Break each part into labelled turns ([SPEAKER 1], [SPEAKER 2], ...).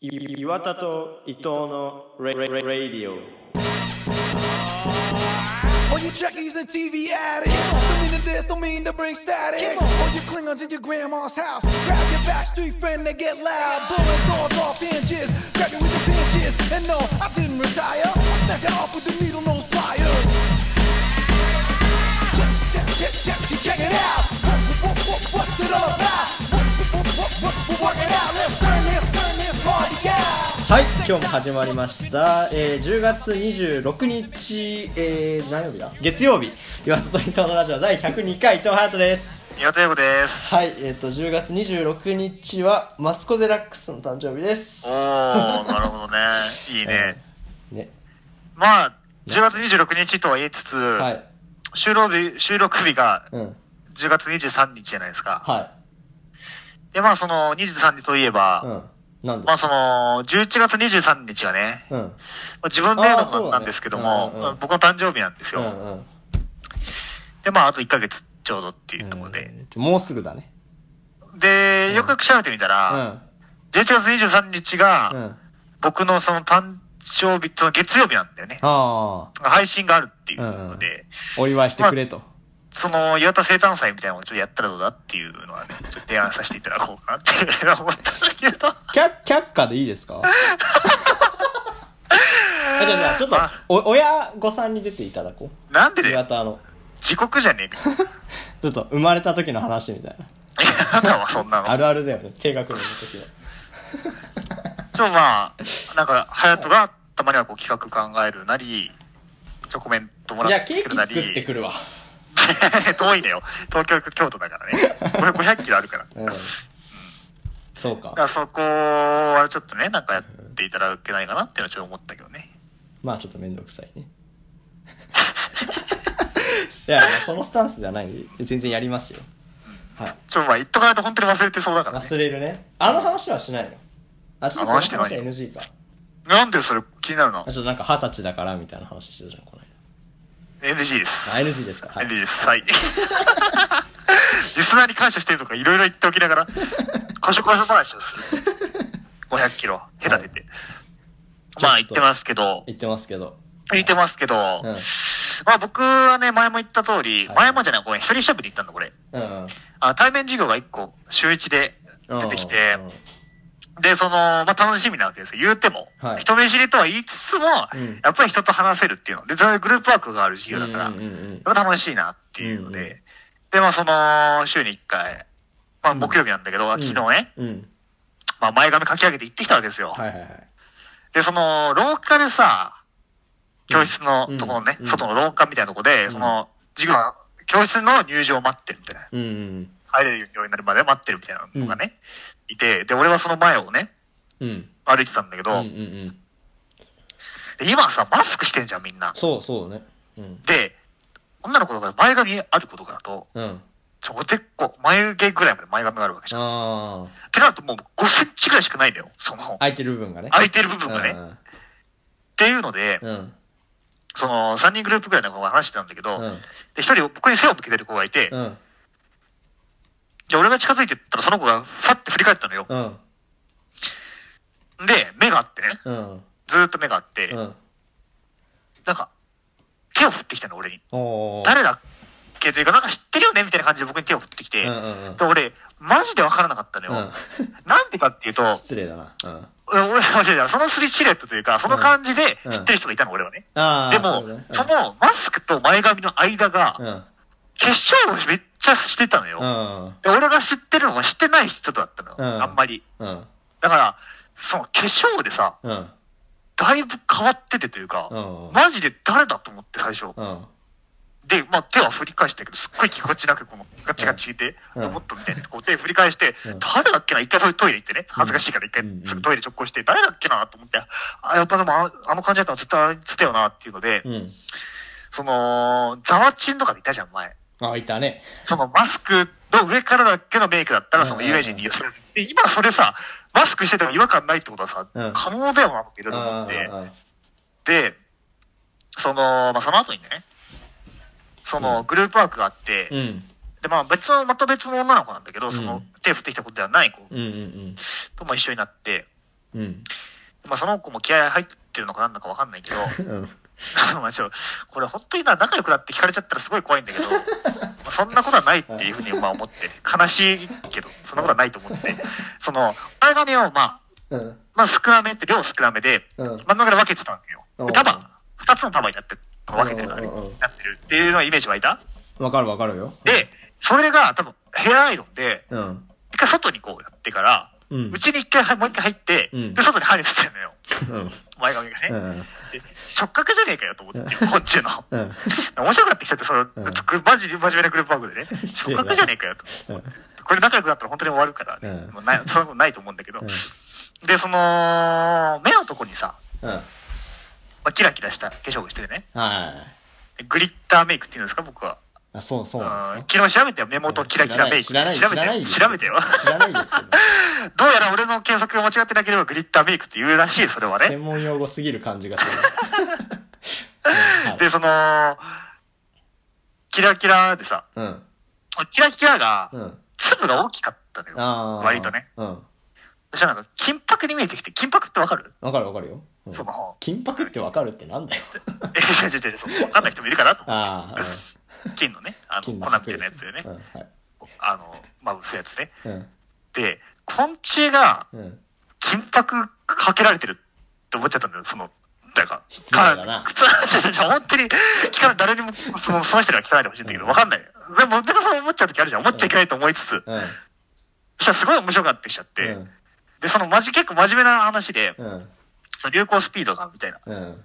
[SPEAKER 1] い岩田と伊藤のレレレレディオ
[SPEAKER 2] All you trekkies and TV addicts Don't mean to this, don't mean to bring static All you Klingons in your grandma's house Grab your backstreet friend, they get loud Blowing doors off inches Grab you with the pinches And no, I didn't retire I snatch it off with the needle nose pliers Check, check, check, check, check, check it out what, what, what, What's it all about? What, what, what, what, what, work it out Let's turn this, turn this party out
[SPEAKER 1] はい今日も始まりました、えー、10月26日、えー、何曜日だ月曜日岩田と伊藤のラジオ第102回伊藤ハートです
[SPEAKER 3] 岩田洋子です。
[SPEAKER 1] はいえっ、と10月26日はマツコ・デラックスの誕生日です
[SPEAKER 3] おー、なるほ どね。いいね。
[SPEAKER 1] ね
[SPEAKER 3] まあ、10月26日とは言いつつ、
[SPEAKER 1] はい
[SPEAKER 3] 収録日、収録日が
[SPEAKER 1] うん
[SPEAKER 3] 10月23日じゃないですか。
[SPEAKER 1] は
[SPEAKER 3] で、まあその23日といえば、
[SPEAKER 1] いうんなんで
[SPEAKER 3] ますあその、11月23日がね、
[SPEAKER 1] うんうん
[SPEAKER 3] まあ自分で言う
[SPEAKER 1] あーそうだ
[SPEAKER 3] の
[SPEAKER 1] ね
[SPEAKER 3] もなんですけど
[SPEAKER 1] う
[SPEAKER 3] も、
[SPEAKER 1] んうんうん
[SPEAKER 3] まあ僕の誕生日なんです
[SPEAKER 1] う
[SPEAKER 3] よ。
[SPEAKER 1] ん
[SPEAKER 3] で、まああと1ヶ月ちょうどっていうところで。
[SPEAKER 1] うんもうすぐだね
[SPEAKER 3] で、よくよく調べてみた
[SPEAKER 1] うん
[SPEAKER 3] ら、11月23日
[SPEAKER 1] う
[SPEAKER 3] が
[SPEAKER 1] ん
[SPEAKER 3] 僕のその誕生日、その月曜日なんだよね。
[SPEAKER 1] ああ
[SPEAKER 3] 配信があるっていうので、
[SPEAKER 1] うお祝いしてくれと、
[SPEAKER 3] その、岩田生誕祭みたいなのをちょっとやったらどうだっていうのはね、ちょっと提案させていただこうかなっていうのは思ったんだけど。
[SPEAKER 1] キャッ、却下でいいですか あ、じゃあじゃあ、ちょっと、お、親御さんに出ていただこ
[SPEAKER 3] なんで
[SPEAKER 1] う。
[SPEAKER 3] だ
[SPEAKER 1] 岩
[SPEAKER 3] よ。
[SPEAKER 1] 田の、
[SPEAKER 3] 地獄じゃねえ か。
[SPEAKER 1] ちょっと生まれた時の話みたいな。
[SPEAKER 3] 嫌だわ、そんなの。ち
[SPEAKER 1] あ
[SPEAKER 3] ょ、
[SPEAKER 1] るあるだよね、低学年の時の。
[SPEAKER 3] まあ、なんか、隼人がたまにはこう企画考えるなり、ちょ、コメントも
[SPEAKER 1] じゃ
[SPEAKER 3] ら
[SPEAKER 1] あ
[SPEAKER 3] って
[SPEAKER 1] ケー
[SPEAKER 3] くる
[SPEAKER 1] キ
[SPEAKER 3] な
[SPEAKER 1] 作って
[SPEAKER 3] り。
[SPEAKER 1] くるわ。
[SPEAKER 3] 遠いんだよ。東京、京都だからね。俺500キロあるから。だ
[SPEAKER 1] うん
[SPEAKER 3] か。
[SPEAKER 1] そうか。
[SPEAKER 3] らそこはちょっとね、なんかやっていただけないかなっていうのはちょっと思ったけどね。
[SPEAKER 1] まあちょっとめんどくさいね。 いや、いやそのスタンスではないんで、全然やりますよ。はい。
[SPEAKER 3] ちょ、まあ、言っとかないと本当に忘れてそうだからね。
[SPEAKER 1] 忘れるね。あの話はしないの。あ、ちょっとこの話は NG か。
[SPEAKER 3] なんでそれ気になるの
[SPEAKER 1] あちょっとなんか二十歳だからみたいな話してたじゃん、この間。
[SPEAKER 3] ?NG です。
[SPEAKER 1] あ NG ですかは
[SPEAKER 3] はいい、。はい。リスナーに感謝してるとかいろいろ言っておきなが ら、こしょこしょ話をする。500キロ、へたてて。まあ言ってますけど、
[SPEAKER 1] 言ってますけど。
[SPEAKER 3] 言ってますけど、
[SPEAKER 1] うん。
[SPEAKER 3] まあ僕はね、前も言った通り、
[SPEAKER 1] はい
[SPEAKER 3] 前もじゃない、これ一人喋り行ったんだ、これ。
[SPEAKER 1] うん。
[SPEAKER 3] あ対面授業が1個、週1で出てきて、で、その、まあ楽しみなわけですよ。言うても、
[SPEAKER 1] はい
[SPEAKER 3] 人見知りとは言いつつも、
[SPEAKER 1] うん
[SPEAKER 3] やっぱり人と話せるっていうの。で、それグループワークがある授
[SPEAKER 1] う
[SPEAKER 3] 業
[SPEAKER 1] ん、
[SPEAKER 3] だから、
[SPEAKER 1] うんうんうん。
[SPEAKER 3] それ楽しいなっていうので、
[SPEAKER 1] うんうん
[SPEAKER 3] で、まあその、週に1回、まあ木曜日なんだけど、昨日ね、
[SPEAKER 1] うん。
[SPEAKER 3] まあ前髪書き上げて行ってきたわけですよ。
[SPEAKER 1] はいはいはい。
[SPEAKER 3] で、その、廊下でさ、教室のところね、
[SPEAKER 1] うん
[SPEAKER 3] 外の廊下みたいなところで、その、授業が、教室の入場を待ってるみたいな。
[SPEAKER 1] うんうん。
[SPEAKER 3] 入れるようになるまで待ってるみたいなのがね、いて、で、俺はその前をね、
[SPEAKER 1] うん。
[SPEAKER 3] 歩いてたんだけど、
[SPEAKER 1] うんうんうん。
[SPEAKER 3] で今さ、マスクしてんじゃん、みんな。
[SPEAKER 1] そうそうね。うん。
[SPEAKER 3] で、女の子とか前髪ある子とかだと、
[SPEAKER 1] うん。
[SPEAKER 3] ちょ、おでっこ、眉毛ぐらいまで前髪があるわけじゃん
[SPEAKER 1] ああ。
[SPEAKER 3] ってなるともう5センチぐらいしかないんだよ。その、
[SPEAKER 1] 空いてる部分がね。
[SPEAKER 3] 空いてる部分がね。っ
[SPEAKER 1] う
[SPEAKER 3] ていうので、
[SPEAKER 1] ん。うん。
[SPEAKER 3] その、3人グループぐらいの子が話してたんだけど、
[SPEAKER 1] うん。
[SPEAKER 3] で、1人僕に背を向けてる子がいて、
[SPEAKER 1] うん。
[SPEAKER 3] で、俺が近づいてったらその子がファッて振り返ったのよ。
[SPEAKER 1] うん。
[SPEAKER 3] で、目があってね、
[SPEAKER 1] うん。
[SPEAKER 3] ずーっと目があって、
[SPEAKER 1] うん。
[SPEAKER 3] なんか、手を振ってきたの、俺に。
[SPEAKER 1] おー。
[SPEAKER 3] 誰だっけというか、なんか知ってるよねみたいな感じで僕に手を振ってきて、
[SPEAKER 1] うんうんうん
[SPEAKER 3] で、俺、マジでわからなかったのよ。
[SPEAKER 1] うん。
[SPEAKER 3] なんでかっていうと、
[SPEAKER 1] 失礼だな。うん。あ
[SPEAKER 3] 俺、俺俺そのスリシルエットというか、その感じで
[SPEAKER 1] うん
[SPEAKER 3] 知ってる人がいたの、俺はね。
[SPEAKER 1] あー。
[SPEAKER 3] でも、
[SPEAKER 1] うね
[SPEAKER 3] そのマスクと前髪の間が、
[SPEAKER 1] うん。
[SPEAKER 3] 化粧をめっちゃしてたのよ。
[SPEAKER 1] うん。
[SPEAKER 3] で俺が知ってるのはしてない人だったのよ、
[SPEAKER 1] うん
[SPEAKER 3] あんまり。
[SPEAKER 1] うん。
[SPEAKER 3] だから、その化粧でさ、
[SPEAKER 1] うん。
[SPEAKER 3] だいぶ変わっててというか、
[SPEAKER 1] うん
[SPEAKER 3] マジで誰だと思って最初。
[SPEAKER 1] うん。
[SPEAKER 3] で、まあ手は振り返したけど、すっごい気持ちなくこのガチガチで、
[SPEAKER 1] うん
[SPEAKER 3] ロボットみたいにこう手振り返して、
[SPEAKER 1] うん
[SPEAKER 3] 誰だっけな一回そういうトイレ行ってね、恥ずかしいから一回
[SPEAKER 1] うん
[SPEAKER 3] すぐトイレ直行して、誰だっけなと思って、あ、やっぱでもああの感じだったら絶対あいつだよなっていうので、
[SPEAKER 1] うん。
[SPEAKER 3] その、ザワチンとかでいたじゃん、前。
[SPEAKER 1] あ、いたね。
[SPEAKER 3] そのマスクの上からだけのメイクだったら、その有名人に寄せられる。で、今それさ、マスクしてても違和感ないってことはさ、
[SPEAKER 1] うん
[SPEAKER 3] 可能だよなっていろ
[SPEAKER 1] う
[SPEAKER 3] いろ思
[SPEAKER 1] ん。う
[SPEAKER 3] って。
[SPEAKER 1] ん。
[SPEAKER 3] で、その、まあ、その後にね、そのグループワークがあって、
[SPEAKER 1] うん。
[SPEAKER 3] で、まあ別の、また別の女の子なんだけど、そうの
[SPEAKER 1] ん
[SPEAKER 3] 手振ってきたことではない子
[SPEAKER 1] うんうん
[SPEAKER 3] とも一緒になって、
[SPEAKER 1] うん。
[SPEAKER 3] まあ、その子も気合入ってるのかなんだかわかんないけど、
[SPEAKER 1] うん。
[SPEAKER 3] まあ、ちょ、これ本当にな、仲良くなって聞かれちゃったらすごい怖いんだ けど、まあそんなことはないっていうふうに、まあ、思って、悲しいけど、そんなことはないと 思って、その、前髪を、まあ、
[SPEAKER 1] うん。
[SPEAKER 3] まあ、少なめって、量少なめで、
[SPEAKER 1] うん
[SPEAKER 3] 真ん中で分けてたんです
[SPEAKER 1] う
[SPEAKER 3] よ。
[SPEAKER 1] ん
[SPEAKER 3] で束、二つの束になってる、分けてるからね
[SPEAKER 1] うんうんうん
[SPEAKER 3] なってるっていうのはイメージ湧いた。
[SPEAKER 1] わかるわかるよ。
[SPEAKER 3] で、それが多分、ヘアアイロンで、
[SPEAKER 1] うん。
[SPEAKER 3] 一回外にこうやってから、
[SPEAKER 1] うん
[SPEAKER 3] うちに一回はもう一回入って、
[SPEAKER 1] うん
[SPEAKER 3] で、外にハリてたのよ。
[SPEAKER 1] うん。
[SPEAKER 3] 前髪がね。
[SPEAKER 1] うん。
[SPEAKER 3] で触覚じゃねえかよと思って、こっちの。
[SPEAKER 1] うん。
[SPEAKER 3] 面白くなってきちゃって、その、
[SPEAKER 1] うん
[SPEAKER 3] つくマジで真面目なグループワークでね、
[SPEAKER 1] 失
[SPEAKER 3] 触
[SPEAKER 1] 礼だ
[SPEAKER 3] 覚じゃねえかよと。
[SPEAKER 1] うん。
[SPEAKER 3] これ仲良くなったら本当に終わるからね、
[SPEAKER 1] うん
[SPEAKER 3] もうない そんなことないと思うんだけど、
[SPEAKER 1] うん
[SPEAKER 3] で、その、目のとこにさ、
[SPEAKER 1] うん。
[SPEAKER 3] まあ、キラキラした化粧をしてね、
[SPEAKER 1] はい。
[SPEAKER 3] グリッターメイクっていうんですか、僕は。
[SPEAKER 1] あ、そう、そうなんです
[SPEAKER 3] うん
[SPEAKER 1] ね。
[SPEAKER 3] 昨日調べてよ、目元キラキラメイク。
[SPEAKER 1] 知らない、知
[SPEAKER 3] 調べ
[SPEAKER 1] らな
[SPEAKER 3] て
[SPEAKER 1] い
[SPEAKER 3] よ。
[SPEAKER 1] です
[SPEAKER 3] 調べてよ。
[SPEAKER 1] 知らないですけど。
[SPEAKER 3] どうやら俺の検索が間違ってなければグリッターメイクって言うらしい、それは ね。
[SPEAKER 1] 専門用語すぎる感じ がする。うんはい
[SPEAKER 3] で、その、キラキラでさ、
[SPEAKER 1] うん。
[SPEAKER 3] キラキラが、
[SPEAKER 1] うん。
[SPEAKER 3] 粒が大きかったのよ。
[SPEAKER 1] あー
[SPEAKER 3] 割とね。
[SPEAKER 1] うん。
[SPEAKER 3] そしたらなんか、金箔に見えてきて、金箔ってわかる
[SPEAKER 1] わかるわかるよ。うん
[SPEAKER 3] その、
[SPEAKER 1] 金箔ってわかるってなんだよ。
[SPEAKER 3] え、違う違う違うそう、わかんない人もいるかなと思
[SPEAKER 1] ああ、うん
[SPEAKER 3] う。金のね、あの、粉
[SPEAKER 1] 金
[SPEAKER 3] み
[SPEAKER 1] の
[SPEAKER 3] たい
[SPEAKER 1] 箔
[SPEAKER 3] な
[SPEAKER 1] で
[SPEAKER 3] やつ
[SPEAKER 1] す
[SPEAKER 3] だよね
[SPEAKER 1] う。んはい。
[SPEAKER 3] あの、まぶすやつね。
[SPEAKER 1] うん。
[SPEAKER 3] で、昆虫が
[SPEAKER 1] うん。
[SPEAKER 3] 金箔かけられてるって思っちゃったんだよ、その、なんか。
[SPEAKER 1] 失礼だ な
[SPEAKER 3] か本当に、聞かない、誰にも、その、その人には聞かないでほしいんだけど、わかんない。でも、でもそう思っちゃう時あるじゃん。思っちゃいけないと思いつつ、
[SPEAKER 1] うん。
[SPEAKER 3] そしたらすごい面白くなってきちゃって、で、その、まじ、結構真面目な話で、
[SPEAKER 1] うん。うん。
[SPEAKER 3] その流行スピードが、みたいな。
[SPEAKER 1] うん。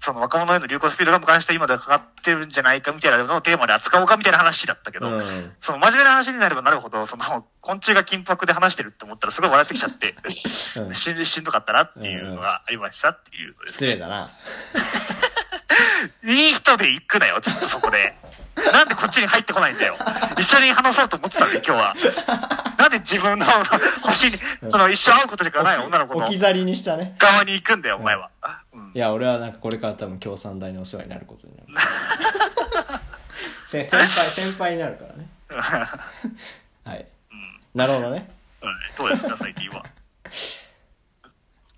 [SPEAKER 3] その若者への流行スピードが昔と今ではかかってるんじゃないかみたいなのをテーマで扱おうかみたいな話だったけど、
[SPEAKER 1] うん
[SPEAKER 3] その真面目な話になればなるほど、その昆虫が金箔で話してるって思ったらすごい笑ってきちゃ って、
[SPEAKER 1] うん
[SPEAKER 3] しんしんどかったなっていうのがありましたっていうのです。
[SPEAKER 1] 失礼だな。
[SPEAKER 3] いい人で行くなよ、ずっとそこで。なんでこっちに入ってこないんだよ。一緒に話そうと思ってたんだよ、今日は。なんで自分の星に、その一生会うことしかない女の子の
[SPEAKER 1] 置き去りにしたね。
[SPEAKER 3] 側に行くんだよ、お前は。うん
[SPEAKER 1] いや、俺はなんかこれから多分共産大のお世話になることになる。 せ先輩、先輩になるからね。はい。なるほどね。
[SPEAKER 3] うんどうですか、最近は。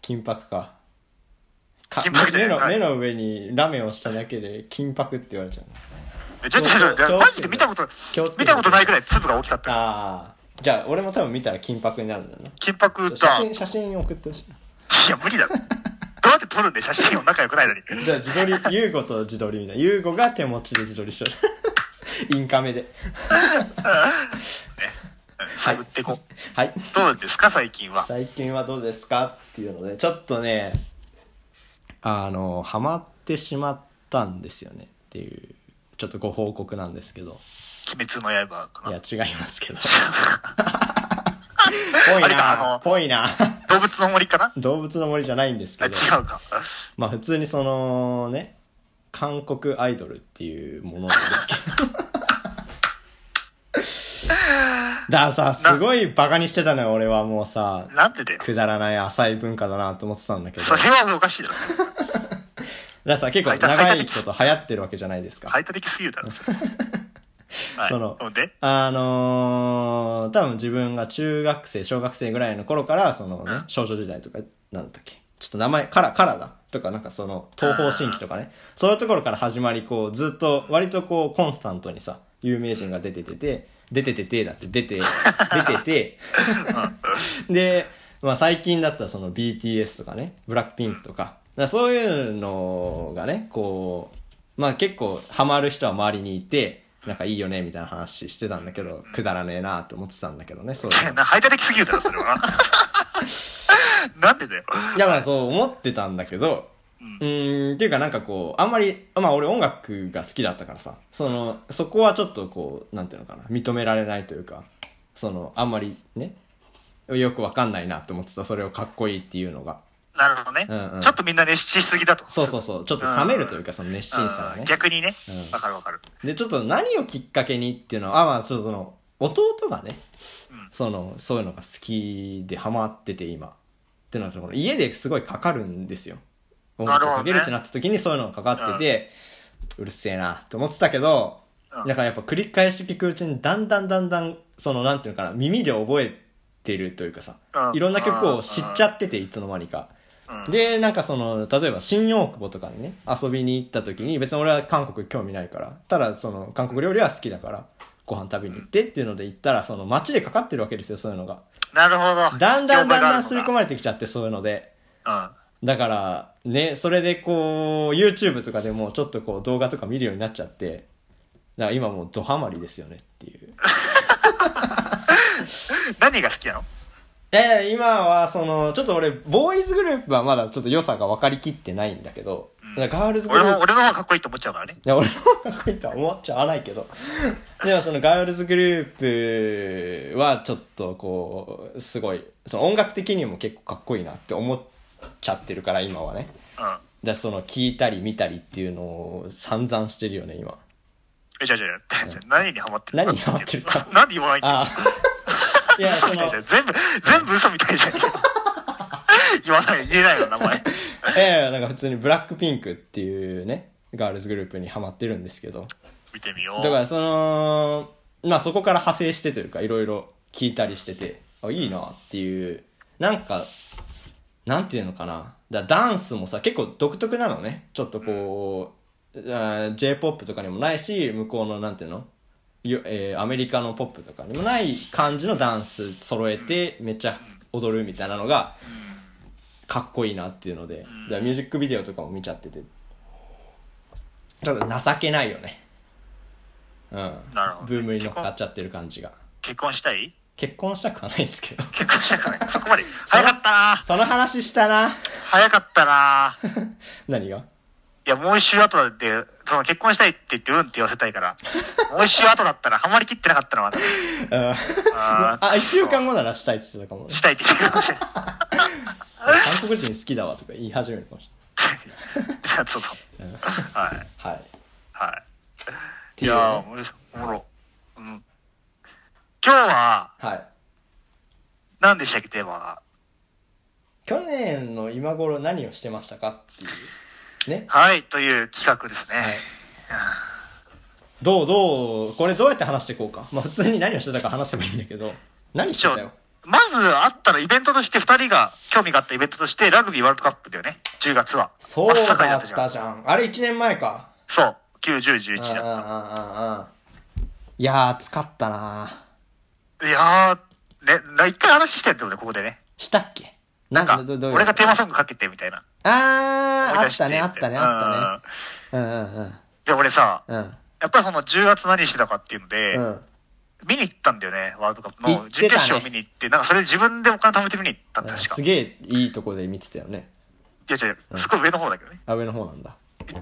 [SPEAKER 1] 金箔か。か
[SPEAKER 3] 金箔じゃな
[SPEAKER 1] 目
[SPEAKER 3] い
[SPEAKER 1] の
[SPEAKER 3] は
[SPEAKER 1] 目の
[SPEAKER 3] い
[SPEAKER 1] 上にラメをしただけで金箔って言われちゃうね。
[SPEAKER 3] ちょちょちょちょ、マジで見たこと
[SPEAKER 1] 気をつ、けて
[SPEAKER 3] 見たことないくらい粒が大きかったよ。
[SPEAKER 1] ああ。じゃあ、俺も多分見たら金箔になるんだよな。
[SPEAKER 3] 金箔
[SPEAKER 1] 写
[SPEAKER 3] だ。
[SPEAKER 1] 真、写真送ってほしいな。
[SPEAKER 3] いや、無理だろ。どうやって撮るんで写真を仲良くないのに。
[SPEAKER 1] じゃあ自撮り、ゆうごと自撮りみたいな。ゆうごが手持ちで自撮りしと る。インカメで。
[SPEAKER 3] 探っていこう。
[SPEAKER 1] はい。
[SPEAKER 3] どうですか、最近は。
[SPEAKER 1] 最近はどうですかっていうので、ちょっとね、あの、ハマってしまったんですよねっていう、ちょっとご報告なんですけど。
[SPEAKER 3] 鬼滅の刃か
[SPEAKER 1] い
[SPEAKER 3] な。
[SPEAKER 1] や、違いますけど。ぽい
[SPEAKER 3] あれか、あ
[SPEAKER 1] な、
[SPEAKER 3] の、
[SPEAKER 1] ぽいな。
[SPEAKER 3] 動物の森かな
[SPEAKER 1] 動物の森じゃないんです
[SPEAKER 3] あ
[SPEAKER 1] け
[SPEAKER 3] 違
[SPEAKER 1] ど。
[SPEAKER 3] うか。
[SPEAKER 1] まあ普通にそのね、韓国アイドルっていうものなんですけど。 だからさ、すごいバカにしてたのよ、俺はもうさ、
[SPEAKER 3] なんでだよ。
[SPEAKER 1] くだらない浅い文化だなと思ってたんだけど。
[SPEAKER 3] そ
[SPEAKER 1] だか
[SPEAKER 3] れはおかしいだろ。
[SPEAKER 1] らさ、結構長いこと流行ってるわけじゃないですか。
[SPEAKER 3] 排他的すぎるだろ、それ。はい
[SPEAKER 1] その
[SPEAKER 3] ほんで、
[SPEAKER 1] あのー、多分自分が中学生、小学生ぐらいの頃から、そのね、少女時代とか、なんだっけ、ちょっと名前、から、からだとか、なんかその、東方神起とかね、そういうところから始まり、こう、ずっと、割とこう、コンスタントにさ、有名人が出ててて、出ててて、だって出て、出てて、 で、まあ最近だったらその BTS とかね、ブラックピンクとか、だからそういうのがね、こう、まあ結構ハマる人は周りにいて、なんかいいよねみたいな話してたんだけど、くだらねえなと思ってたんだけどね、そういうの。
[SPEAKER 3] な排他的すぎるだろ、それ は。なんでだよ。
[SPEAKER 1] だからそう思ってたんだけど、うーん、っていうかなんかこう、あんまり、まあ俺音楽が好きだったからさ、その、そこはちょっとこう、なんていうのかな、認められないというか、その、あんまりね、よくわかんないなって思ってた、それをかっこいいっていうのが。
[SPEAKER 3] なるほどね
[SPEAKER 1] うんうん。
[SPEAKER 3] ちょっとみんな熱しすぎだと。
[SPEAKER 1] そうそうそう。ちょっと冷めるというか、その熱心さが
[SPEAKER 3] うん
[SPEAKER 1] ね。
[SPEAKER 3] 逆にね。わかるわかる。
[SPEAKER 1] で、ちょっと何をきっかけにっていうのは、あ、まあ、そうその、弟がね、その、そういうのが好きでハマってて今。ってなったところ、家ですごいかかるんですよ。音楽をかけるってなった時にそういうのがかかってて、うるせえなと思ってたけど、
[SPEAKER 3] うん
[SPEAKER 1] だからやっぱ繰り返し聞くうちにだんだんだんだん、その、なんていうのかな、耳で覚えてるというかさ
[SPEAKER 3] う、ん
[SPEAKER 1] いろんな曲を知っちゃってて、いつの間にか。で、なんかその、例えば新大久保とかにね、遊びに行った時に、別に俺は韓国興味ないから、ただその、韓国料理は好きだから、ご飯食べに行ってっていうので行ったら、その街でかかってるわけですよ、そういうのが。
[SPEAKER 3] なるほ
[SPEAKER 1] だ
[SPEAKER 3] ど。
[SPEAKER 1] んだんだんだん刷り込
[SPEAKER 3] ま
[SPEAKER 1] まれてきちゃって、そういうので。
[SPEAKER 3] うん。
[SPEAKER 1] だから、ね、それでこう、YouTube とかでもちょっとこう動画とか見るようになっちゃって、だから今もうドハマりですよねっていう。
[SPEAKER 3] 何が好きなの
[SPEAKER 1] ええ今はその、ちょっと俺、ボーイズグループはまだちょっと良さが分かりきってないんだけど、だからガールズグル
[SPEAKER 3] 俺も、
[SPEAKER 1] ープ、
[SPEAKER 3] 俺の方がかっこいいと思っちゃうからね。
[SPEAKER 1] いや俺の方がかっこいいとは思っちゃわない けど、でもそのガールズグループはちょっとこう、すごい、その音楽的にも結構かっこいいなって思っちゃってるから今はね。
[SPEAKER 3] うん。
[SPEAKER 1] だからその聞いたり見たりっていうのを散々してるよね今
[SPEAKER 3] え、じゃあじゃ あじゃあ何にハマってる
[SPEAKER 1] 何にハマってるか
[SPEAKER 3] 何言わない
[SPEAKER 1] ああいやそ
[SPEAKER 3] 嘘みたいじゃ
[SPEAKER 1] の
[SPEAKER 3] ん全部、全部嘘みたいじゃん。 言わない、言えないよ、名前。
[SPEAKER 1] ええなんか普通にブラックピンクっていうねガールズグループにハマってるんですけど
[SPEAKER 3] 見てみよう。
[SPEAKER 1] だからそのまあそこから派生してというかいろいろ聞いたりしててあいいなっていうなんかなんていうのかなだからダンスもさ結構独特なのねちょっとこう、あー J−POP とかにもないし向こうのなんていうのよえーアメリカのポップとかにもない感じのダンス揃えてめっちゃ踊るみたいなのがかっこいいなっていうのでだからミュージックビデオとかも見ちゃっててちょっと情けないよねうん
[SPEAKER 3] なるほど
[SPEAKER 1] ブームに乗っかっちゃってる感じが
[SPEAKER 3] 結婚したい
[SPEAKER 1] 結婚したくはないですけど
[SPEAKER 3] 結婚したくない。そこまで。早かったな
[SPEAKER 1] その話したな
[SPEAKER 3] 早かったない
[SPEAKER 1] 何が
[SPEAKER 3] や、もう一周後だって、その結婚したいって言って、うんって言わせた いから、もう一周後だったら、ハマりきってなかったのは、
[SPEAKER 1] うん
[SPEAKER 3] あー
[SPEAKER 1] あ、一週間後ならしたいって言ってた かもね。
[SPEAKER 3] したいって言ってるかもしれない。
[SPEAKER 1] 韓国人好きだわとか言い始めるかもし
[SPEAKER 3] そうそう。はい。
[SPEAKER 1] れない。はい。
[SPEAKER 3] はい。
[SPEAKER 1] て
[SPEAKER 3] い
[SPEAKER 1] いうね
[SPEAKER 3] やー、おもろいおもろ。うん。今日は、
[SPEAKER 1] はい。
[SPEAKER 3] 何でしたっけ、テーマが。
[SPEAKER 1] 去年の今頃何をしてましたかっていう。ね。
[SPEAKER 3] はい、という企画ですね。
[SPEAKER 1] はい。どうどう、これどうやって話していこうか。まあ普通に何をしてたか話せばいいんだけど、何して
[SPEAKER 3] 一応
[SPEAKER 1] たよ。
[SPEAKER 3] まずあったらイベントとして、二人が興味があったイベントとして、ラグビーワールドカップだよね。10月は。
[SPEAKER 1] そう
[SPEAKER 3] 真盛り
[SPEAKER 1] だっ
[SPEAKER 3] ったじゃ
[SPEAKER 1] た
[SPEAKER 3] ん。
[SPEAKER 1] じゃん。あれ1年前か。
[SPEAKER 3] そう。9、
[SPEAKER 1] う
[SPEAKER 3] 10、
[SPEAKER 1] んうんうん
[SPEAKER 3] 11
[SPEAKER 1] うんう
[SPEAKER 3] だ。
[SPEAKER 1] ん。いやー、暑かったない
[SPEAKER 3] やー、ね、な一回話してんだよね、ここでね。
[SPEAKER 1] したっけなん
[SPEAKER 3] な
[SPEAKER 1] か、
[SPEAKER 3] ん
[SPEAKER 1] ど
[SPEAKER 3] か
[SPEAKER 1] どういう
[SPEAKER 3] 俺がテーマ
[SPEAKER 1] あ
[SPEAKER 3] ソングかけてみたいな。
[SPEAKER 1] あー、
[SPEAKER 3] 思
[SPEAKER 1] あ
[SPEAKER 3] い出
[SPEAKER 1] っ
[SPEAKER 3] して
[SPEAKER 1] たね、あったね、あっ。たね。うんうんうん。
[SPEAKER 3] うんいや、俺さ、
[SPEAKER 1] うん。
[SPEAKER 3] やっぱりその10月何してたかっていうので、
[SPEAKER 1] うん。
[SPEAKER 3] 見に行ったんだよね、ワールドカップ
[SPEAKER 1] 行っ
[SPEAKER 3] の
[SPEAKER 1] てたね
[SPEAKER 3] 準決勝を見に行って、なんかそれで自分でお金貯めて見に行ったんだ、確か。
[SPEAKER 1] す
[SPEAKER 3] い
[SPEAKER 1] げえいいとこで見てたよね。
[SPEAKER 3] や違う、すごい上の方だけどね。
[SPEAKER 1] あ、上の方なんだ。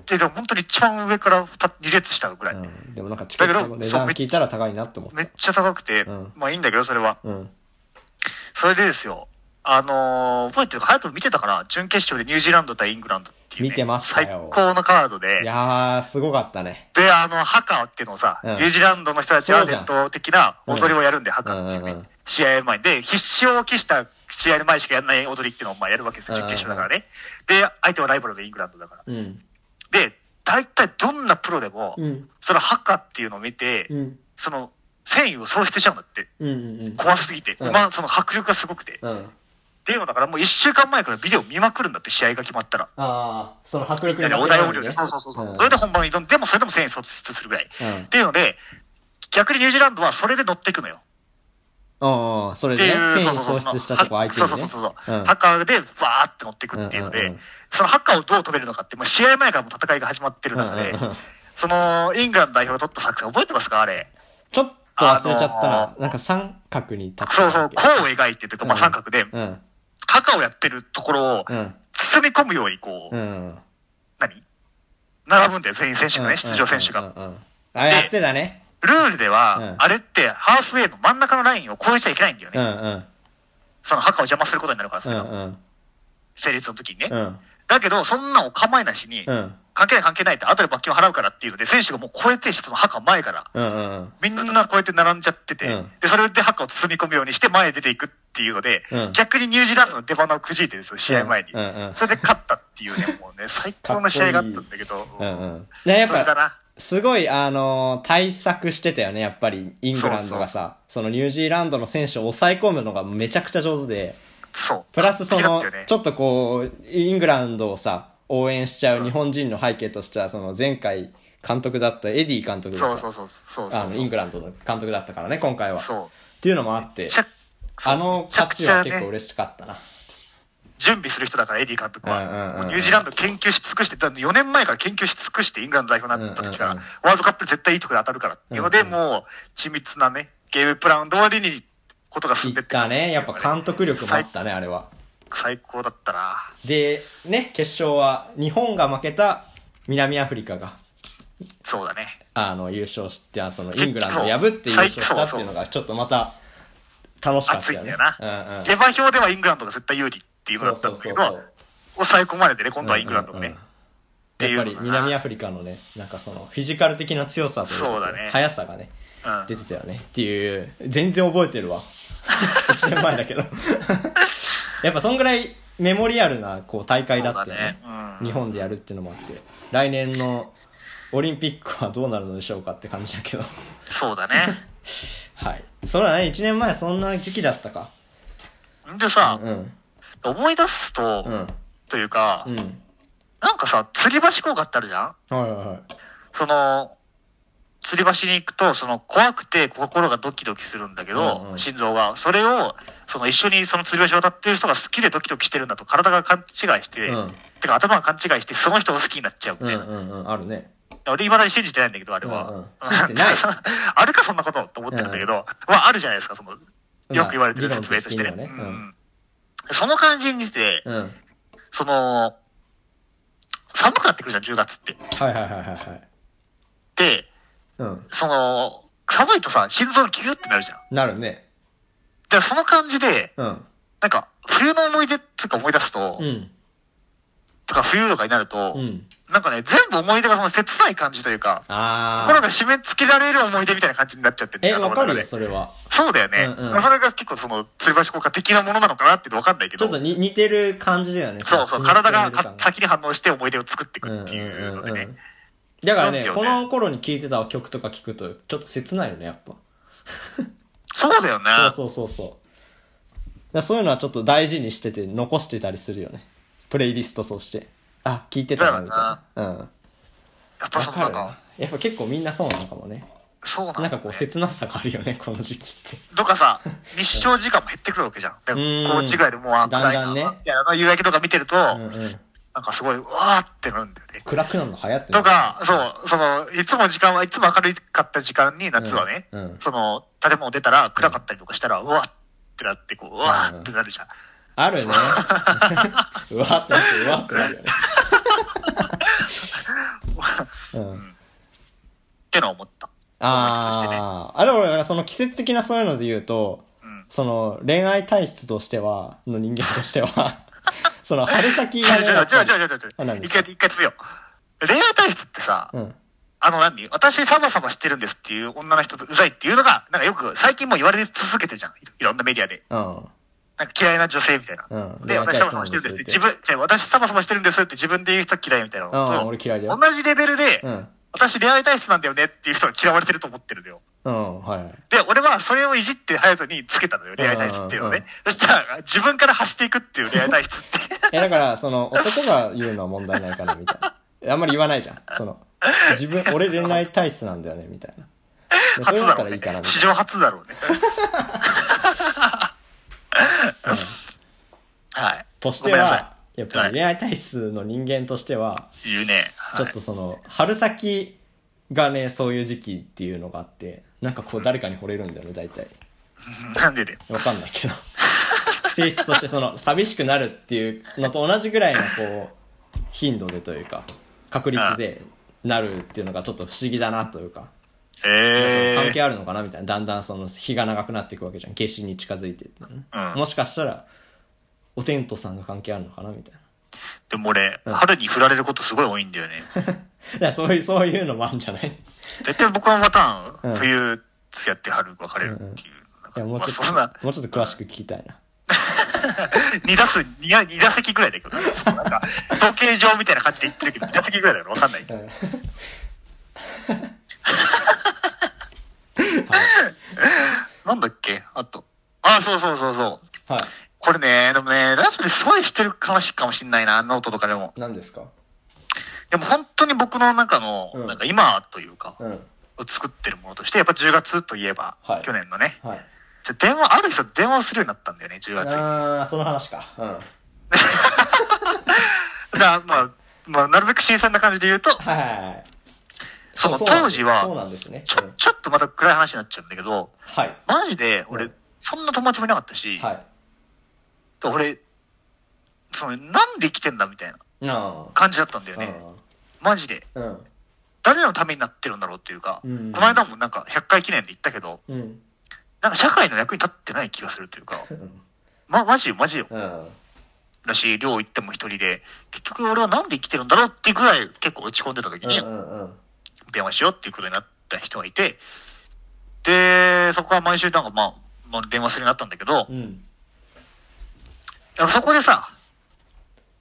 [SPEAKER 3] で、でも本当に一番上から2列下ぐらい。
[SPEAKER 1] うん。でもなんかチケットの値段聞いたら高いなって思った。
[SPEAKER 3] めっちゃ高くて、
[SPEAKER 1] ん
[SPEAKER 3] まあいいんだけど、それは。
[SPEAKER 1] うん。
[SPEAKER 3] それでですよ、あのー覚えてるか、隼人見てたかな準決勝でニュージーランド対イングランドっていう、ね。
[SPEAKER 1] 見てましたよ
[SPEAKER 3] 最高のカードで
[SPEAKER 1] い。やー、すごかったね。
[SPEAKER 3] で、あの、ハカっていうのをさ、
[SPEAKER 1] うん
[SPEAKER 3] ニュージーランドの人たち
[SPEAKER 1] そ
[SPEAKER 3] は
[SPEAKER 1] うじゃん
[SPEAKER 3] 伝統的な踊りをやるんで、ハカっていう
[SPEAKER 1] うんうんう
[SPEAKER 3] ね
[SPEAKER 1] ん、
[SPEAKER 3] 試合前に。で、必勝を期した試合の前しかやらない踊りっていうのをまあやるわけですよ、
[SPEAKER 1] うんう
[SPEAKER 3] 準
[SPEAKER 1] んうん
[SPEAKER 3] 決勝だからね。で、相手はライバルでイングランドだから。
[SPEAKER 1] うん。
[SPEAKER 3] で、大体どんなプロでも、
[SPEAKER 1] うん。
[SPEAKER 3] そのハカっていうのを見て
[SPEAKER 1] う、ん。
[SPEAKER 3] その、繊維を喪失しちゃうんだって。
[SPEAKER 1] うんうん
[SPEAKER 3] 怖すぎて。
[SPEAKER 1] うん
[SPEAKER 3] まあ、その迫力がすごくて。っ
[SPEAKER 1] うん。うん。
[SPEAKER 3] ていうのだから、もう一週間前からビデオ見まくるんだって、試合が決まったら。
[SPEAKER 1] あー、その迫
[SPEAKER 3] い
[SPEAKER 1] 力に
[SPEAKER 3] やいや
[SPEAKER 1] 負
[SPEAKER 3] お
[SPEAKER 1] けな
[SPEAKER 3] 題
[SPEAKER 1] いよ
[SPEAKER 3] を
[SPEAKER 1] うに
[SPEAKER 3] 料
[SPEAKER 1] ね
[SPEAKER 3] 理。そうそうそうそうう。
[SPEAKER 1] ん
[SPEAKER 3] それで本番に挑んで、でもそれでも繊維喪失するぐらい。
[SPEAKER 1] うん
[SPEAKER 3] っていうので、逆にニュージーランドはそれで乗っていくのよ。
[SPEAKER 1] うんうん。それ
[SPEAKER 3] って
[SPEAKER 1] でね、
[SPEAKER 3] いう。
[SPEAKER 1] 繊維
[SPEAKER 3] そ
[SPEAKER 1] 喪
[SPEAKER 3] うそう
[SPEAKER 1] 失し
[SPEAKER 3] そ
[SPEAKER 1] た
[SPEAKER 3] う
[SPEAKER 1] とこ相手
[SPEAKER 3] そう
[SPEAKER 1] に
[SPEAKER 3] そ
[SPEAKER 1] ね
[SPEAKER 3] う。そう
[SPEAKER 1] う
[SPEAKER 3] そう。
[SPEAKER 1] ん
[SPEAKER 3] ハッカーでバーって乗っていくっていうの
[SPEAKER 1] うんうんう
[SPEAKER 3] で
[SPEAKER 1] ん、
[SPEAKER 3] そのハッカーをどう止めるのかって、もう試合前からもう戦いが始まってる中
[SPEAKER 1] う
[SPEAKER 3] で
[SPEAKER 1] んうんうん、
[SPEAKER 3] その、イングランド代表が取った作戦覚えてますかあれ。
[SPEAKER 1] ちょっと忘れちゃった
[SPEAKER 3] あ
[SPEAKER 1] な
[SPEAKER 3] の。
[SPEAKER 1] なんか三角に立って
[SPEAKER 3] そうそう、
[SPEAKER 1] たっ
[SPEAKER 3] 弧を描いてというか、まあ
[SPEAKER 1] うん
[SPEAKER 3] 三角で
[SPEAKER 1] け、うん。
[SPEAKER 3] ハッカーをやってるところを
[SPEAKER 1] うん。
[SPEAKER 3] 包み込むようにこう
[SPEAKER 1] う、ん。
[SPEAKER 3] 何並ぶんだよ、全員選手が
[SPEAKER 1] うん
[SPEAKER 3] ね、出場選手が。。
[SPEAKER 1] うんうんうんあ、やってたね。
[SPEAKER 3] ルールでは、
[SPEAKER 1] うん
[SPEAKER 3] あれってハーフウェイの真ん中のラインを越えちゃいけないんだよ
[SPEAKER 1] う
[SPEAKER 3] ね。
[SPEAKER 1] んうん。
[SPEAKER 3] そのハカを邪魔することになるから、そ
[SPEAKER 1] うん
[SPEAKER 3] れ
[SPEAKER 1] う
[SPEAKER 3] が
[SPEAKER 1] ん。
[SPEAKER 3] 成立の時にね。
[SPEAKER 1] うん。
[SPEAKER 3] だけど、そんなお構いなしに、
[SPEAKER 1] うん。
[SPEAKER 3] 関係ない関係ないって、後で罰金を払うからっていうので、選手がもう超えて、そのハカ前から、
[SPEAKER 1] うんうん
[SPEAKER 3] みんなこうやって並んじゃってて、
[SPEAKER 1] うん
[SPEAKER 3] で、それでハカを包み込むようにして前へ出ていくっていうので、
[SPEAKER 1] うん
[SPEAKER 3] 逆にニュージーランドの出花をくじいてですよ、試合前に。
[SPEAKER 1] うんうんうん
[SPEAKER 3] それで勝ったっていうね、もうね、最高の試合があったんだけど、
[SPEAKER 1] うんうん。でやっ
[SPEAKER 3] それだ
[SPEAKER 1] ぱ、
[SPEAKER 3] な。
[SPEAKER 1] すごい、あのー対策してたよね、やっぱり、イングランドがさ、そのニュージーランドの選手を抑え込むのがめちゃくちゃ上手で、
[SPEAKER 3] そう。
[SPEAKER 1] プラスその、
[SPEAKER 3] 好きだったよね
[SPEAKER 1] ちょっとこう、イングランドをさ、応援しちゃう日本人の背景としては、その前回監督だったエディ監督が
[SPEAKER 3] そうそう
[SPEAKER 1] さ、
[SPEAKER 3] そうそうそう。
[SPEAKER 1] あの、イングランドの監督だったからね、今回は。
[SPEAKER 3] そう
[SPEAKER 1] っていうのもあって
[SPEAKER 3] めちゃ、そう
[SPEAKER 1] あの勝ちは結構
[SPEAKER 3] めちゃくちゃね
[SPEAKER 1] 嬉しかったな。
[SPEAKER 3] 準備する人だから、エディ監督
[SPEAKER 1] うんうんうんう
[SPEAKER 3] は。
[SPEAKER 1] ん
[SPEAKER 3] もうニュージーランド研究し尽くして、だ4年前から研究し尽くして、イングランド代表になった時から、
[SPEAKER 1] うんうんうん
[SPEAKER 3] ワールドカップで絶対いいところで当たるからっていうので、
[SPEAKER 1] うんうん
[SPEAKER 3] もう、緻密なね、ゲームプラン通りに、ことが進
[SPEAKER 1] い
[SPEAKER 3] んで
[SPEAKER 1] っ
[SPEAKER 3] って
[SPEAKER 1] たね、やっぱ監督力もあったね、あれは。
[SPEAKER 3] 最高だったな。
[SPEAKER 1] で、ね、決勝は日本が負けた南アフリカが、
[SPEAKER 3] そうだね。
[SPEAKER 1] あの、優勝して、あそのイングランドを破って優
[SPEAKER 3] そう
[SPEAKER 1] 勝したっていうのが、ちょっとまた、楽しかった
[SPEAKER 3] 熱い
[SPEAKER 1] よ
[SPEAKER 3] ん
[SPEAKER 1] ね。
[SPEAKER 3] だよな。
[SPEAKER 1] うんうん。
[SPEAKER 3] 下馬評ではイングランドが絶対有利っていうのだったんだけ
[SPEAKER 1] そ
[SPEAKER 3] ど、
[SPEAKER 1] うそうそうそう
[SPEAKER 3] 抑え込まれてね、今度はイングランドがね。
[SPEAKER 1] うんうんうん
[SPEAKER 3] ていう
[SPEAKER 1] や
[SPEAKER 3] の
[SPEAKER 1] っ
[SPEAKER 3] か
[SPEAKER 1] ぱ
[SPEAKER 3] な
[SPEAKER 1] り南アフリカのね、なんかそのフィジカル的な強さというか
[SPEAKER 3] そうだね
[SPEAKER 1] 速さがね、
[SPEAKER 3] うん
[SPEAKER 1] 出てたよねっていう、全然覚えてる わ。1年前だけど。 やっぱそんぐらいメモリアルなこう大会だってね
[SPEAKER 3] そうだねうん
[SPEAKER 1] 日本でやるっていうのもあって、来年のオリンピックはどうなるのでしょうかって感じだけど。
[SPEAKER 3] そうだね。
[SPEAKER 1] はい。そうだね、1年前そんな時期だったか。
[SPEAKER 3] んでさ、
[SPEAKER 1] うん。
[SPEAKER 3] 思い出すと、
[SPEAKER 1] うん。
[SPEAKER 3] というか、
[SPEAKER 1] うん。
[SPEAKER 3] なんかさ、吊り橋効果ってあるじゃん
[SPEAKER 1] はいはいはい。
[SPEAKER 3] その、吊り橋に行くと、その、怖くて心がドキドキするんだけど、
[SPEAKER 1] うんうん
[SPEAKER 3] 心臓が。それを、その一緒にその吊り橋を渡ってる人が好きでドキドキしてるんだと体が勘違いして、
[SPEAKER 1] うん
[SPEAKER 3] てか頭が勘違いして、その人を好きになっちゃうみ
[SPEAKER 1] うん
[SPEAKER 3] たいな。
[SPEAKER 1] うんうん、あるね。
[SPEAKER 3] 俺、未だに信じてないんだけど、あれは。
[SPEAKER 1] うんうん信じてない
[SPEAKER 3] あるか、そんなことと思ってるんだけど、まあ、あるじゃないですか、その、よく言われてる
[SPEAKER 1] まあ
[SPEAKER 3] 説明としてね。
[SPEAKER 1] 理論的にはねうん
[SPEAKER 3] うんその感じに似て、
[SPEAKER 1] うん。はい
[SPEAKER 3] その、寒くなってくるじゃん、10月って。
[SPEAKER 1] はいはいはいはい。
[SPEAKER 3] で、
[SPEAKER 1] うん。
[SPEAKER 3] その、寒いとさ、心臓ギューってなるじゃん。
[SPEAKER 1] なるね。
[SPEAKER 3] で、その感じで、
[SPEAKER 1] うん。
[SPEAKER 3] なんか、冬の思い出っていうか思い出すと、
[SPEAKER 1] うん。
[SPEAKER 3] とか冬とかになると、
[SPEAKER 1] うん。
[SPEAKER 3] なんかね、全部思い出がその切ない感じというか、心
[SPEAKER 1] ああ。
[SPEAKER 3] が締め付けられる思い出みたいな感じになっちゃって
[SPEAKER 1] え、
[SPEAKER 3] 頭の
[SPEAKER 1] わ
[SPEAKER 3] 中
[SPEAKER 1] か
[SPEAKER 3] で
[SPEAKER 1] るよ、それは。
[SPEAKER 3] そうだよね。
[SPEAKER 1] うんうん
[SPEAKER 3] なかなか結構その、吊り橋効果的なものなのかなっていうのわかんないけ
[SPEAKER 1] ちょ
[SPEAKER 3] ど。
[SPEAKER 1] っとに似てる感じだよね。
[SPEAKER 3] そうそう、
[SPEAKER 1] の染み
[SPEAKER 3] 体が
[SPEAKER 1] つけられ
[SPEAKER 3] か
[SPEAKER 1] る感
[SPEAKER 3] 先に反応して思い出を作ってい
[SPEAKER 1] うん
[SPEAKER 3] くっていう
[SPEAKER 1] う
[SPEAKER 3] ので
[SPEAKER 1] んうんう
[SPEAKER 3] ね
[SPEAKER 1] ん。だからね
[SPEAKER 3] なんか
[SPEAKER 1] こ
[SPEAKER 3] よね
[SPEAKER 1] の頃に聴いてた曲とか聞くと、ちょっと切ないよね、やっぱ。
[SPEAKER 3] そうだよね。
[SPEAKER 1] そうそうそうそう。だからそういうのはちょっと大事にしてて、残してたりするよね。プレイリストとして。あ、聴いてたな、みたいな。うん。
[SPEAKER 3] やっぱ
[SPEAKER 1] わ
[SPEAKER 3] そのな
[SPEAKER 1] か
[SPEAKER 3] ん
[SPEAKER 1] る
[SPEAKER 3] か
[SPEAKER 1] な、。やっぱ結構みんなそうなのかもね。
[SPEAKER 3] そうなんだ、ね。
[SPEAKER 1] なんかこう、切なさがあるよね、この時期って。
[SPEAKER 3] とかさ、日照時間も減ってくるわけじゃん。だから
[SPEAKER 1] うん
[SPEAKER 3] こう違いでもうあ
[SPEAKER 1] だんだんね
[SPEAKER 3] 暗いなみたいなあの夕焼けとか見てると、
[SPEAKER 1] うんうん。
[SPEAKER 3] なんかすごい、うわーってなるんだよね。
[SPEAKER 1] 暗くなるの流行ってる
[SPEAKER 3] とか、そう、その、いつも時間はいつも明るかった時間に夏はね、
[SPEAKER 1] うんうん
[SPEAKER 3] その、建物出たら暗かったりとかしたら、うわーってなって、こう、うわーってなるじゃん。
[SPEAKER 1] あるね。うわーってなって、うわーってなるよね。うん
[SPEAKER 3] ってのを思った。
[SPEAKER 1] ああ、あれ俺なんかその季節的なそういうので言うと、
[SPEAKER 3] うん
[SPEAKER 1] その恋愛体質としては、の人間としては、 その春先
[SPEAKER 3] 違う
[SPEAKER 1] が、ね、
[SPEAKER 3] 違
[SPEAKER 1] や
[SPEAKER 3] う
[SPEAKER 1] っぱ
[SPEAKER 3] 違う
[SPEAKER 1] り
[SPEAKER 3] 違う違う
[SPEAKER 1] あ
[SPEAKER 3] 違
[SPEAKER 1] 何
[SPEAKER 3] う。
[SPEAKER 1] で
[SPEAKER 3] 一
[SPEAKER 1] すか
[SPEAKER 3] 回、一回詰めよう。恋愛体質ってさ、
[SPEAKER 1] うん。
[SPEAKER 3] あの何私サバサバしてるんですっていう女の人とうざいっていうのが、なんかよく最近も言われ続けてるじゃん。いろいろんなメディアで。
[SPEAKER 1] うん。
[SPEAKER 3] なんか嫌いな女性みたいな。
[SPEAKER 1] うん
[SPEAKER 3] で、私サバサバしてるんですって、自分、じゃあ私サバサバしてるんですって自分で言う人嫌いみたいなの
[SPEAKER 1] あ
[SPEAKER 3] と
[SPEAKER 1] あ、俺嫌いだよ。
[SPEAKER 3] 同じレベルで、
[SPEAKER 1] うん。
[SPEAKER 3] 私恋愛体質なんだよねっていう人が嫌われてると思ってるのよ。
[SPEAKER 1] うん、はい。
[SPEAKER 3] で、俺はそれをいじって隼人につけたのよ、恋愛体質っていうのを
[SPEAKER 1] うん
[SPEAKER 3] ね。そしたら、自分から走っていくっていう恋愛体 質って。
[SPEAKER 1] え、だから、その、男が言うのは問題ないかな、 みたいな。あんまり言わないじゃん。その、自分、俺恋愛体質なんだよね、みたい な。でそう
[SPEAKER 3] 初
[SPEAKER 1] いうのだ
[SPEAKER 3] だ
[SPEAKER 1] ったらい
[SPEAKER 3] ろうね
[SPEAKER 1] いかな、。みたい
[SPEAKER 3] 史
[SPEAKER 1] な。
[SPEAKER 3] 上初だろうね。 はい。
[SPEAKER 1] として
[SPEAKER 3] ごめんなさ
[SPEAKER 1] は、やっぱり恋愛体質の人間としては、
[SPEAKER 3] い言うね。
[SPEAKER 1] ちょっとその、春先がね、そういう時期っていうのがあって、なんかこう誰かに惚れるんだよね、大体。
[SPEAKER 3] はいなんでだよ。
[SPEAKER 1] わかんないけど。 性質としてその、寂しくなるっていうのと同じぐらいのこう、頻度でというか、確率でなるっていうのがちょっと不思議だなというか、
[SPEAKER 3] え
[SPEAKER 1] その
[SPEAKER 3] ー。
[SPEAKER 1] 関係あるのかなみたいな。だんだんその、日が長くなっていくわけじゃん。夏至に近づいてってね、
[SPEAKER 3] うん
[SPEAKER 1] もしかしたら、お天道さんが関係あるのかなみたいな。
[SPEAKER 3] でも俺、春に振られることすごい多いんだよね。
[SPEAKER 1] だからそういう、そういうのもあるんじゃない
[SPEAKER 3] 大体僕のパタ
[SPEAKER 1] う
[SPEAKER 3] ー
[SPEAKER 1] ん
[SPEAKER 3] ン、冬付き合って春別れるっていう。
[SPEAKER 1] いや、もうちょっと、
[SPEAKER 3] まあそんな
[SPEAKER 1] もうちょっと詳しく聞きたいな。
[SPEAKER 3] 2打数、2打二打席ぐらいだけど、なんか、時計上みたいな感じで言ってるけど、2打席ぐらいだから分かんないけど。 なんだっけあと。あ、そうそうそうそう。
[SPEAKER 1] は
[SPEAKER 3] これね、でもね、ラジオですごいしてる話かもしんないな、ノートとかでも。
[SPEAKER 1] い。何ですか
[SPEAKER 3] でも本当に僕の中の、
[SPEAKER 1] うん
[SPEAKER 3] なんか今というか、
[SPEAKER 1] うん。
[SPEAKER 3] を作ってるものとして、やっぱ10月といえば、
[SPEAKER 1] はい
[SPEAKER 3] 去年のね、
[SPEAKER 1] はい。
[SPEAKER 3] ちょ電話、ある人と電話をするようになったんだよね、10月に。だか
[SPEAKER 1] あー、その話か。うん。はい
[SPEAKER 3] らまあ、まあ、なるべく新鮮な感じで言うと、
[SPEAKER 1] はいはい。
[SPEAKER 3] その
[SPEAKER 1] うなん
[SPEAKER 3] 当
[SPEAKER 1] です
[SPEAKER 3] 時は
[SPEAKER 1] そうなんですね。
[SPEAKER 3] ち
[SPEAKER 1] う
[SPEAKER 3] ょ
[SPEAKER 1] ん、
[SPEAKER 3] ちょっとまた暗い話になっちゃうんだけど、
[SPEAKER 1] はい。
[SPEAKER 3] マジで俺、
[SPEAKER 1] うん
[SPEAKER 3] そんな友達もいなかったし、
[SPEAKER 1] は。
[SPEAKER 3] 俺、その、なんで生きてんだみたいない
[SPEAKER 1] な
[SPEAKER 3] 感じだったんだよ
[SPEAKER 1] あ。
[SPEAKER 3] ね。マジで。
[SPEAKER 1] うん。うん。
[SPEAKER 3] 誰のためになってるんだろうっていうか、
[SPEAKER 1] うん
[SPEAKER 3] この間もなんか100回記念で言ったけど、
[SPEAKER 1] うん。
[SPEAKER 3] なんか社会の役に立ってない気がするというか、
[SPEAKER 1] うん
[SPEAKER 3] ま、マジよ、マジよ。
[SPEAKER 1] うん。
[SPEAKER 3] だし、寮行っても一人で、結局俺はなんで生きてるんだろうっていうぐらい結構落ち込んでた時
[SPEAKER 1] うん。
[SPEAKER 3] に、
[SPEAKER 1] うん。
[SPEAKER 3] 電話しようっていうことになった人がいて、で、そこは毎週なんかまあ、まあ、電話するようになったんだけど
[SPEAKER 1] う、ん。
[SPEAKER 3] やっぱそこでさ、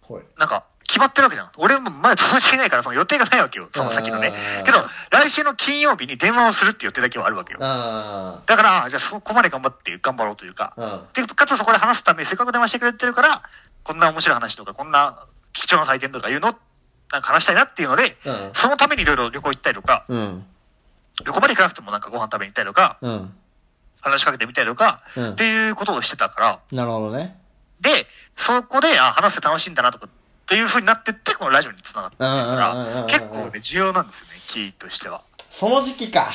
[SPEAKER 1] ほい。
[SPEAKER 3] なんか、決まってるわけじゃん。俺もまだ友達いないから、その予定がないわけよ、その先のね
[SPEAKER 1] あー。
[SPEAKER 3] けど、来週の金曜日に電話をするっていう予定だけはあるわけよ。
[SPEAKER 1] あ
[SPEAKER 3] だから、あじゃあそこまで頑張って、頑張ろうというか、
[SPEAKER 1] ー。
[SPEAKER 3] で、かつそこで話すためにせっかく電話してくれてるから、こんな面白い話とか、こんな貴重な体験とかいうのを、なんか話したいなっていうので、
[SPEAKER 1] うん
[SPEAKER 3] そのためにいろいろ旅行行ったりとか、
[SPEAKER 1] うん。うん。
[SPEAKER 3] 旅行まで行かなくてもなんかご飯食べに行ったりとか、
[SPEAKER 1] うん。
[SPEAKER 3] 話しかけてみたりとか、
[SPEAKER 1] うん
[SPEAKER 3] っていうことをしてたから、
[SPEAKER 1] なるほどね。
[SPEAKER 3] で、そこで、あ、話して楽しいんだなとか、っていう風になってって、このラジオに繋がった
[SPEAKER 1] うんうんうんうんう
[SPEAKER 3] か
[SPEAKER 1] ん
[SPEAKER 3] ら、結構ね、重要なんですよね、キーとしては。
[SPEAKER 1] その時期か。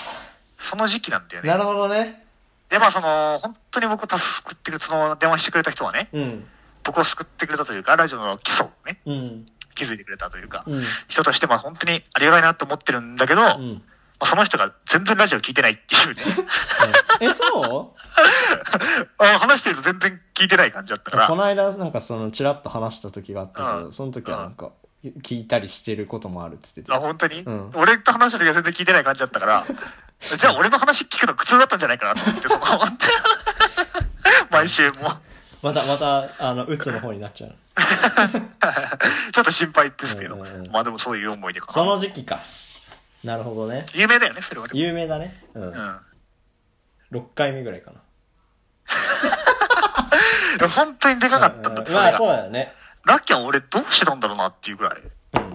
[SPEAKER 3] その時期なんだよ
[SPEAKER 1] な
[SPEAKER 3] ね。
[SPEAKER 1] るほどね。
[SPEAKER 3] で、まあその、本当に僕を助ってくれその電話してくれた人はね、
[SPEAKER 1] うん。
[SPEAKER 3] 僕を救ってくれたというか、ラジオの基礎をね、
[SPEAKER 1] うん。
[SPEAKER 3] 気づいてくれたというか、
[SPEAKER 1] うん。
[SPEAKER 3] 人としてまあ本当にありがたいなと思ってるんだけど、
[SPEAKER 1] う
[SPEAKER 3] ま
[SPEAKER 1] ん。
[SPEAKER 3] あ、その人が全然ラジオ聞いてないって いうね、
[SPEAKER 1] え、そう
[SPEAKER 3] あ話してると全然聞いてない感じだったから、
[SPEAKER 1] この間なんかそのチラッと話した時があったけ
[SPEAKER 3] う
[SPEAKER 1] ど
[SPEAKER 3] ん
[SPEAKER 1] その時はなんか聞いたりしてることもあるっつってて
[SPEAKER 3] あ本当に、
[SPEAKER 1] うん
[SPEAKER 3] 俺と話してる時は全然聞いてない感じだった から、じゃあ俺の話聞くの苦痛だったんじゃないかなと思って、その 本当に毎週もう、
[SPEAKER 1] またまたあの鬱の方になっちゃう
[SPEAKER 3] ちょっと心配ですけど、
[SPEAKER 1] うんうんうん
[SPEAKER 3] まあでもそういう思い出かな。
[SPEAKER 1] その時期かなるほどね
[SPEAKER 3] 有名だよね、それはでも。
[SPEAKER 1] 有名だねうん
[SPEAKER 3] うん
[SPEAKER 1] 6回目ぐらいかな
[SPEAKER 3] でも本当にでかかったんだって、
[SPEAKER 1] うん
[SPEAKER 3] それ
[SPEAKER 1] まあそう
[SPEAKER 3] が。
[SPEAKER 1] だよね
[SPEAKER 3] ラッキーは俺どうしてたんだろうなっていうぐらいだもんね。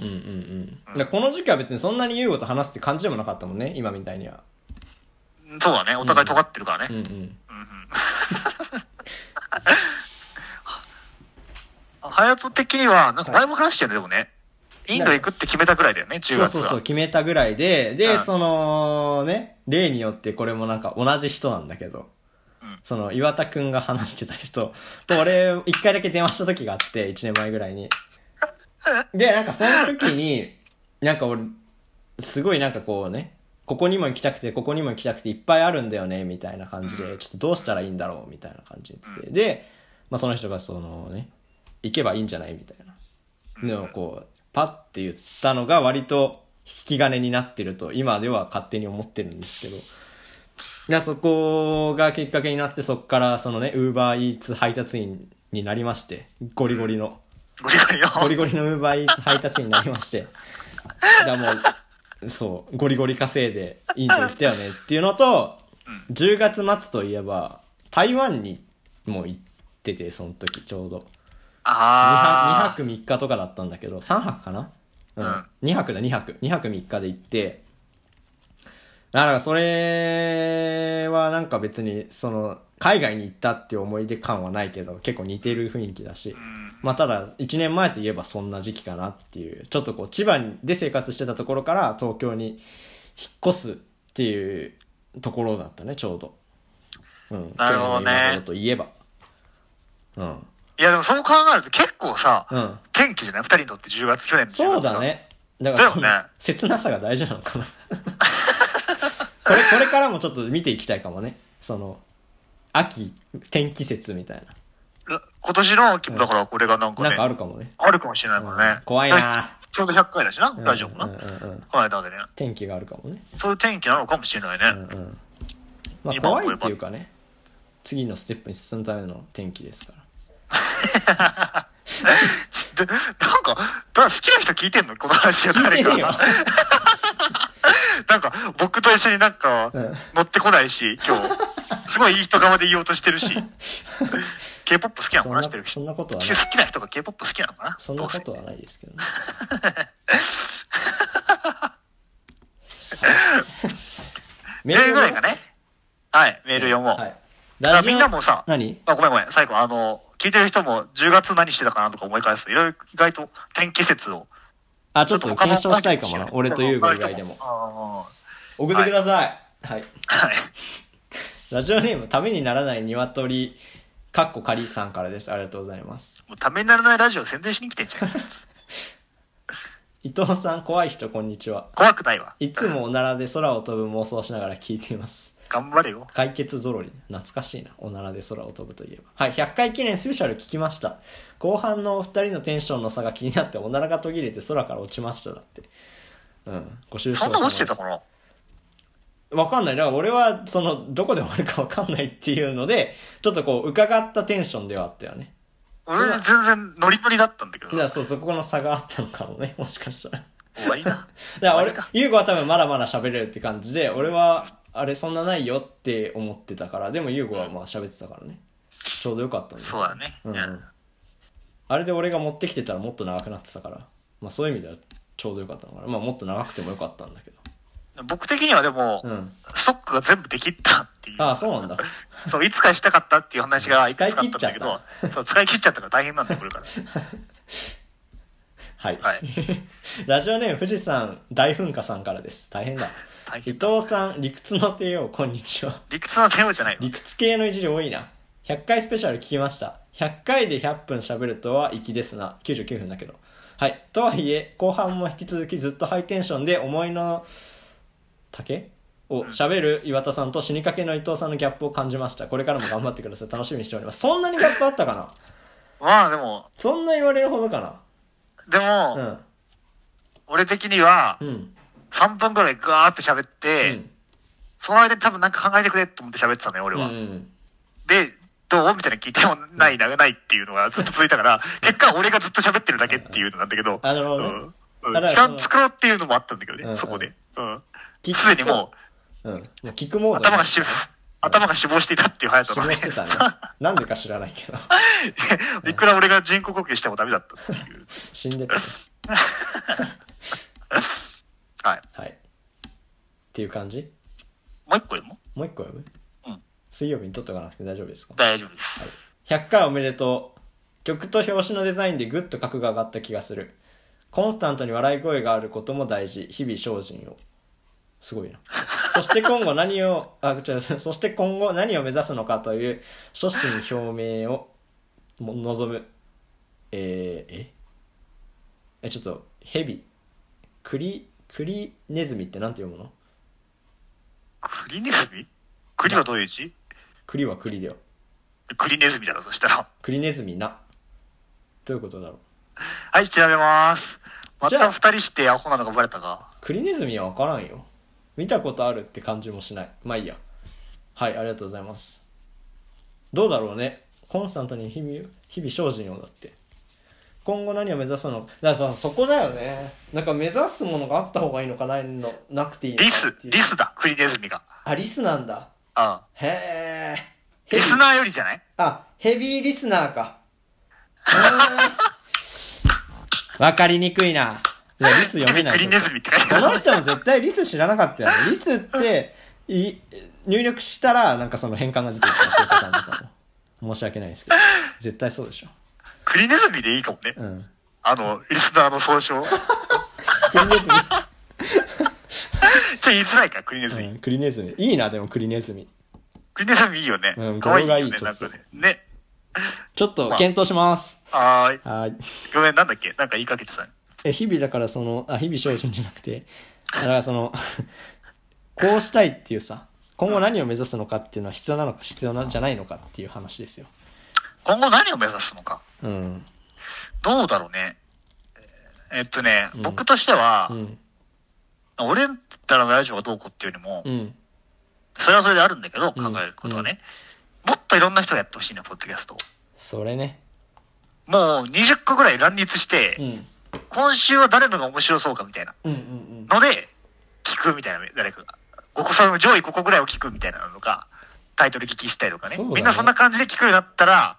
[SPEAKER 1] うんうんうんだからこの時期は別にそんなに優吾と話すって感じでもなかったもんね今みたいには
[SPEAKER 3] そうだね、お互い尖ってるから
[SPEAKER 1] う
[SPEAKER 3] ね
[SPEAKER 1] ん。うん
[SPEAKER 3] ハヤト的には、なんか前も話してるね、でもね。インド行くって決めたぐらいだよね、10月
[SPEAKER 1] そう
[SPEAKER 3] は。
[SPEAKER 1] そうそう決めたぐらいでで、
[SPEAKER 3] うん
[SPEAKER 1] そのね例によってこれもなんか同じ人なんだけど、
[SPEAKER 3] ん
[SPEAKER 1] その岩田くんが話してた人と俺一回だけ電話した時があって1年前ぐらいにでなんかその時になんか俺すごいなんかこうねここにも行きたくてここにも行きたくていっぱいあるんだよねみたいな感じでちょっとどうしたらいいんだろうみたいな感じで言っててで、まあ、その人がそのね行けばいいんじゃないみたいなのをこうパッて言ったのが割と引き金になってると今では勝手に思ってるんですけどでそこがきっかけになってそこからそのねウーバーイーツ配達員になりましてゴリゴリの
[SPEAKER 3] ゴリゴリの。
[SPEAKER 1] ゴリゴリのウーバーイーツ配達員になりましてだからもうそうゴリゴリ稼いでインド行ったよねっていうのと10月末といえば台湾にも行っててその時ちょうど。2
[SPEAKER 3] あ
[SPEAKER 1] 泊3日とかだったんだけど3泊かな、うん
[SPEAKER 3] うん
[SPEAKER 1] 2泊だ2泊2泊3日で行ってだからそれはなんか別にその海外に行ったっていう思い出感はないけど結構似てる雰囲気だし、まあただ1年前といえばそんな時期かなっていうちょっとこう千葉で生活してたところから東京に引っ越すっていうところだったねちょうど、うん、
[SPEAKER 3] なるほど
[SPEAKER 1] 去
[SPEAKER 3] ね
[SPEAKER 1] 年の今頃といえばうん
[SPEAKER 3] ー。いやでもそう考えると結構さ、
[SPEAKER 1] うん
[SPEAKER 3] 天気じゃない二人にとって10月去年の10月が
[SPEAKER 1] そうだ。ね。だから、
[SPEAKER 3] だよね
[SPEAKER 1] 切なさが大事なのかな。 これ、これからもちょっと見ていきたいかもね。その、秋、天気説みたいな。
[SPEAKER 3] ら今年の秋もだからこれがなんか
[SPEAKER 1] なん
[SPEAKER 3] ね、
[SPEAKER 1] かあるかもね。
[SPEAKER 3] あるかもしれないから
[SPEAKER 1] うん
[SPEAKER 3] ね。
[SPEAKER 1] 怖い な
[SPEAKER 3] ちょうど100回だしな、ラジオも
[SPEAKER 1] う
[SPEAKER 3] な。
[SPEAKER 1] んうんうんうん
[SPEAKER 3] この間でね。
[SPEAKER 1] 天気があるかもね。
[SPEAKER 3] そういう天気なのかもしれないね。
[SPEAKER 1] うんうん。まあ、
[SPEAKER 3] 今
[SPEAKER 1] 怖
[SPEAKER 3] 思え
[SPEAKER 1] いっ
[SPEAKER 3] ば
[SPEAKER 1] ていうかね。次のステップに進むための天気ですから。
[SPEAKER 3] でなんか、だから好きな人聞いてんのこの話を
[SPEAKER 1] 聞い
[SPEAKER 3] 誰
[SPEAKER 1] てねえよ
[SPEAKER 3] か。。僕と一緒になんか
[SPEAKER 1] うん
[SPEAKER 3] 乗ってこないし、今日。すごいいい人側で言おうとして るし。K-POP 好きなの
[SPEAKER 1] そん
[SPEAKER 3] 話
[SPEAKER 1] な
[SPEAKER 3] してる
[SPEAKER 1] そ
[SPEAKER 3] 人。
[SPEAKER 1] んなことはない。
[SPEAKER 3] 好きな人が K-POP 好きなのかな
[SPEAKER 1] そんなこ
[SPEAKER 3] ど
[SPEAKER 1] とはないですけど ね。
[SPEAKER 3] うせメールぐらいかね。はい、メール読も
[SPEAKER 1] は
[SPEAKER 3] う。
[SPEAKER 1] い。
[SPEAKER 3] だから
[SPEAKER 1] ラジオ
[SPEAKER 3] みんなもさ、
[SPEAKER 1] 何
[SPEAKER 3] あごめんごめん、最後、あの、聞いてる人も10月何してたかなとか思い返すと、いろいろ意外と天気説を。
[SPEAKER 1] あ、ちょっと
[SPEAKER 3] 他の
[SPEAKER 1] 検証したいかもな。俺と優吾以外でも。
[SPEAKER 3] あ
[SPEAKER 1] 送ってください。はい。
[SPEAKER 3] ーはい。
[SPEAKER 1] ラジオネーム、ためにならない鶏、かっこかりさんからです。ありがとうございます。
[SPEAKER 3] もうためにならないラジオ宣伝しに来てんじ ゃん。
[SPEAKER 1] 伊藤さん、怖い人、こんにちは。
[SPEAKER 3] 怖くないわ。
[SPEAKER 1] いつもおならで空を飛ぶ妄想をしながら聞いています。
[SPEAKER 3] 頑張れよ。
[SPEAKER 1] 解決ぞろり。懐かしいな。おならで空を飛ぶといえば。はい、100回記念スペシャル聞きました。後半のお二人のテンションの差が気になって、おならが途切れて空から落ちました。だって。うん。ご愁傷
[SPEAKER 3] そん
[SPEAKER 1] 様で
[SPEAKER 3] な
[SPEAKER 1] す
[SPEAKER 3] 落ちてたかな
[SPEAKER 1] わかんない。だから俺は、その、どこで終わるかわかんないっていうので、ちょっとこう、伺ったテンションではあったよね。
[SPEAKER 3] 俺全然ノリノリだったんだけど
[SPEAKER 1] だか。らそう、そこの差があったのかもね、もしかしたら。
[SPEAKER 3] 終わりだ。
[SPEAKER 1] だから
[SPEAKER 3] 終わり
[SPEAKER 1] 俺、ゆうごは多分まだまだ喋れるって感じで、俺は、あれそんなないよって思ってたから、でもゆうごはまあ喋ってたからね。ちょうどよかったんだよ
[SPEAKER 3] そうだね。
[SPEAKER 1] うんう
[SPEAKER 3] いや
[SPEAKER 1] ん。あれで俺が持ってきてたらもっと長くなってたから、まあそういう意味ではちょうどよかったのかな。まあもっと長くてもよかったんだけど。
[SPEAKER 3] 僕的にはでも、
[SPEAKER 1] うん。
[SPEAKER 3] ストックが全部できったっていう。
[SPEAKER 1] ああ、そうなんだ。
[SPEAKER 3] そう、いつかしたかったっていう話がいくつかあったんだけ
[SPEAKER 1] 使い
[SPEAKER 3] ど、そう、使い切っちゃったから大変なんだよ、これから。
[SPEAKER 1] はい。
[SPEAKER 3] はい。
[SPEAKER 1] ラジオネーム富士山大噴火さんからです。大変だ。
[SPEAKER 3] 大
[SPEAKER 1] 伊
[SPEAKER 3] 変。
[SPEAKER 1] 藤さん、理屈の帝王、こんにちは。
[SPEAKER 3] 理屈の手をじゃないわ
[SPEAKER 1] 理屈系のいじり多いな。100回スペシャル聞きました。100回で100分喋るとは粋ですな。99分だけど。はい。とはいえ、後半も引き続きずっとハイテンションで思いの丈を喋る岩田さんと死にかけの伊藤さんのギャップを感じました。これからも頑張ってください。楽しみにしております。そんなにギャップあったかな
[SPEAKER 3] まあでも、
[SPEAKER 1] そんな言われるほどか
[SPEAKER 3] でも、
[SPEAKER 1] な
[SPEAKER 3] 俺的には
[SPEAKER 1] う、ん。うん。
[SPEAKER 3] 3分ぐらいガーって喋
[SPEAKER 1] う
[SPEAKER 3] って、
[SPEAKER 1] ん。
[SPEAKER 3] その間に多分なんか考えてくれと思って喋ってたのよ、俺
[SPEAKER 1] うん
[SPEAKER 3] は。
[SPEAKER 1] うん。
[SPEAKER 3] で、どうみたいな聞いてもない、なないっていうのがずっと続いたから、結果俺がずっと喋ってるだけっていうのなんだけど、
[SPEAKER 1] あなるほどね
[SPEAKER 3] うん
[SPEAKER 1] あだ
[SPEAKER 3] うん
[SPEAKER 1] から
[SPEAKER 3] 時
[SPEAKER 1] その
[SPEAKER 3] 間使おうっていうのもあったんだけどね、
[SPEAKER 1] うんうん
[SPEAKER 3] そこで。うん。
[SPEAKER 1] 聞
[SPEAKER 3] すでにも
[SPEAKER 1] う。うん。もう聞くモー
[SPEAKER 3] う、
[SPEAKER 1] ドに
[SPEAKER 3] 頭が死、頭が死亡していたっていう隼
[SPEAKER 1] 死
[SPEAKER 3] 人の
[SPEAKER 1] 亡
[SPEAKER 3] ね
[SPEAKER 1] し、てたね。 なんでか知らない けど。
[SPEAKER 3] いくら俺が人工呼吸してもダメだったっていう。
[SPEAKER 1] 死んでた。
[SPEAKER 3] はい。
[SPEAKER 1] はい。っていう感じ
[SPEAKER 3] もう一個でも
[SPEAKER 1] もう一個読む
[SPEAKER 3] うん
[SPEAKER 1] 水曜日に撮っとかなくて大丈夫ですか
[SPEAKER 3] 大丈夫です。
[SPEAKER 1] ?100 回おめでとう。曲と表紙のデザインでグッと格が上がった気がする。コンスタントに笑い声があることも大事。日々精進を。すごいな。そして今後何を、あ、違う、そして今後何を目指すのかという、初心表明をも望む。えー、ええ、ちょっと、ヘビ。クリ、クリネズミってなんて読むの
[SPEAKER 3] クリネズミクリはどういう字
[SPEAKER 1] クリはクリだよ。
[SPEAKER 3] クリネズミだろ、そしたら。
[SPEAKER 1] クリネズミな。どういうことだろう。
[SPEAKER 3] はい、調べます。ま
[SPEAKER 1] じゃ
[SPEAKER 3] た
[SPEAKER 1] あ
[SPEAKER 3] 二人してアホなのがバレたか。
[SPEAKER 1] クリネズミはわからんよ。見たことあるって感じもしない。まあいいや。はい、ありがとうございます。どうだろうね。コンスタントに日々、日々精進をだって。今後何を目指すのだからさ、そこだよね。なんか目指すものがあった方がいいのかないの、なくていいのか
[SPEAKER 3] リス
[SPEAKER 1] っ、ていう
[SPEAKER 3] リスだ、クリネズミが。
[SPEAKER 1] あ、リスなんだ。
[SPEAKER 3] あ
[SPEAKER 1] へえ。
[SPEAKER 3] あ。リスナーよりじゃない
[SPEAKER 1] あ、ヘビーリスナー か。へーわかりにくいな。いや、リス読めない。
[SPEAKER 3] クリネズミって書いて
[SPEAKER 1] こ
[SPEAKER 3] ある。
[SPEAKER 1] の人も絶対リス知らなかったよね。 リスって、い入力したら、なんかその変換が出てきたっていうパターンだったの申し訳ないですけど。絶対そうでしょ。
[SPEAKER 3] クリネズミでいいかもね。
[SPEAKER 1] うん。
[SPEAKER 3] あの、リスナーの 総称。ちょ
[SPEAKER 1] クリネズ
[SPEAKER 3] っと言いづらいか、クリネズ
[SPEAKER 1] ミ。
[SPEAKER 3] ミ。
[SPEAKER 1] うん、クリネズミ。いいな、でもクリネズミ。
[SPEAKER 3] クリネズミいいよね。
[SPEAKER 1] うん
[SPEAKER 3] かわいいよ
[SPEAKER 1] 語呂が
[SPEAKER 3] ね
[SPEAKER 1] いい、ちょ
[SPEAKER 3] なん
[SPEAKER 1] っと
[SPEAKER 3] かね。ね。
[SPEAKER 1] ちょっと
[SPEAKER 3] まあ
[SPEAKER 1] 検討します。
[SPEAKER 3] あーい。
[SPEAKER 1] はい。
[SPEAKER 3] ごめん、なんだっけなんか言いかけてた。
[SPEAKER 1] え、日々だからその、あ、日々精進じゃなくて、だからその、 こうしたいっていうさ、今後何を目指すのかっていうのは必要なのか必要なんじゃないのかっていう話ですよ。
[SPEAKER 3] 今後何を目指すのか。
[SPEAKER 1] うん。
[SPEAKER 3] どうだろうね。えーえっとね、僕としては、
[SPEAKER 1] うん。
[SPEAKER 3] 俺たらのラジオがどうこうっていうよりも、
[SPEAKER 1] うん。
[SPEAKER 3] それはそれであるんだけど、
[SPEAKER 1] うん
[SPEAKER 3] 考えることはね。もっといろんな人がやってほしいね、ポッドキャストを。
[SPEAKER 1] それね。
[SPEAKER 3] もう20個ぐらい乱立して、
[SPEAKER 1] うん。
[SPEAKER 3] 今週は誰のが面白そうかみたいな。
[SPEAKER 1] うんうんうん。
[SPEAKER 3] ので、聞くみたいな、誰かが。お子さんの上位ここぐらいを聞くみたいなのが、タイトル聞きしたりとかね。
[SPEAKER 1] そうだね
[SPEAKER 3] みんなそんな感じで聞くようになったら、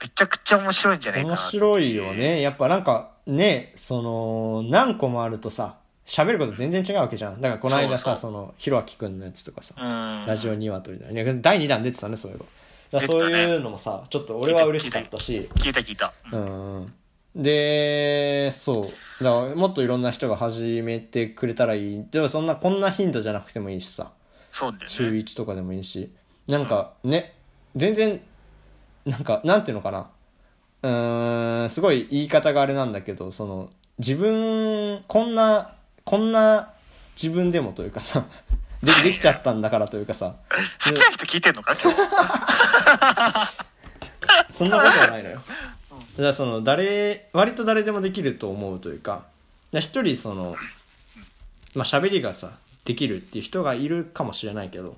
[SPEAKER 3] めちゃくちゃ面白いんじゃないかな
[SPEAKER 1] 面
[SPEAKER 3] って。
[SPEAKER 1] 白いよね。やっぱなんか、ね、その、何個もあるとさ、喋ること全然違うわけじゃん。だからこの間さ、そ
[SPEAKER 3] そ
[SPEAKER 1] の、ひろあきくんのやつとかさ、
[SPEAKER 3] うん。
[SPEAKER 1] ラジオニワトリの、いや第2弾出てたね、そういえば。だからそういうのもさ、ちょっと俺は嬉しかったし、
[SPEAKER 3] 聞いた聞いた。
[SPEAKER 1] うん。で、そう。だからもっといろんな人が始めてくれたらいい。でもそんな、こんな頻度じゃなくてもいいしさ。
[SPEAKER 3] そうだよ
[SPEAKER 1] 週
[SPEAKER 3] ね。
[SPEAKER 1] 1とかでもいいし、なんかね、全然、なんか、なんていうのかな。うーん、すごい言い方があれなんだけど、その、自分、こんな、こんな自分でもというかさ、でできちゃったんだからというかさ、
[SPEAKER 3] 好きな人聞いてんのか今日。
[SPEAKER 1] そんなことはないのよ。だからその誰、割と誰でもできると思うというか、だから一人その、まあ喋りがさ、できるっていう人がいるかもしれないけど、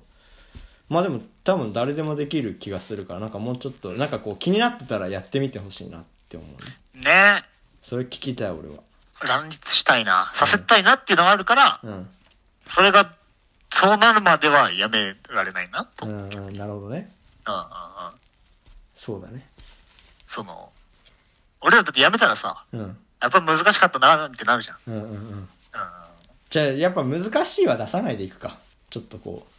[SPEAKER 1] まあでも多分誰でもできる気がするから、なんかもうちょっと、なんかこう気になってたらやってみてほしいなって思うね。
[SPEAKER 3] ね
[SPEAKER 1] それ聞きたい俺は。
[SPEAKER 3] 乱立したいな。させたいなっていうのがあるから、
[SPEAKER 1] うん。
[SPEAKER 3] それが、そうなるまではやめられないなと。
[SPEAKER 1] う
[SPEAKER 3] うんうんうん。
[SPEAKER 1] んうん、なるほどね。そうだね。
[SPEAKER 3] その、俺らだってやめたらさ、
[SPEAKER 1] うん。
[SPEAKER 3] やっぱ難しかったなってなるじゃん。
[SPEAKER 1] うんうんうん。
[SPEAKER 3] うんうん。
[SPEAKER 1] じゃあやっぱ難しいは出さないでいくか。ちょっとこう、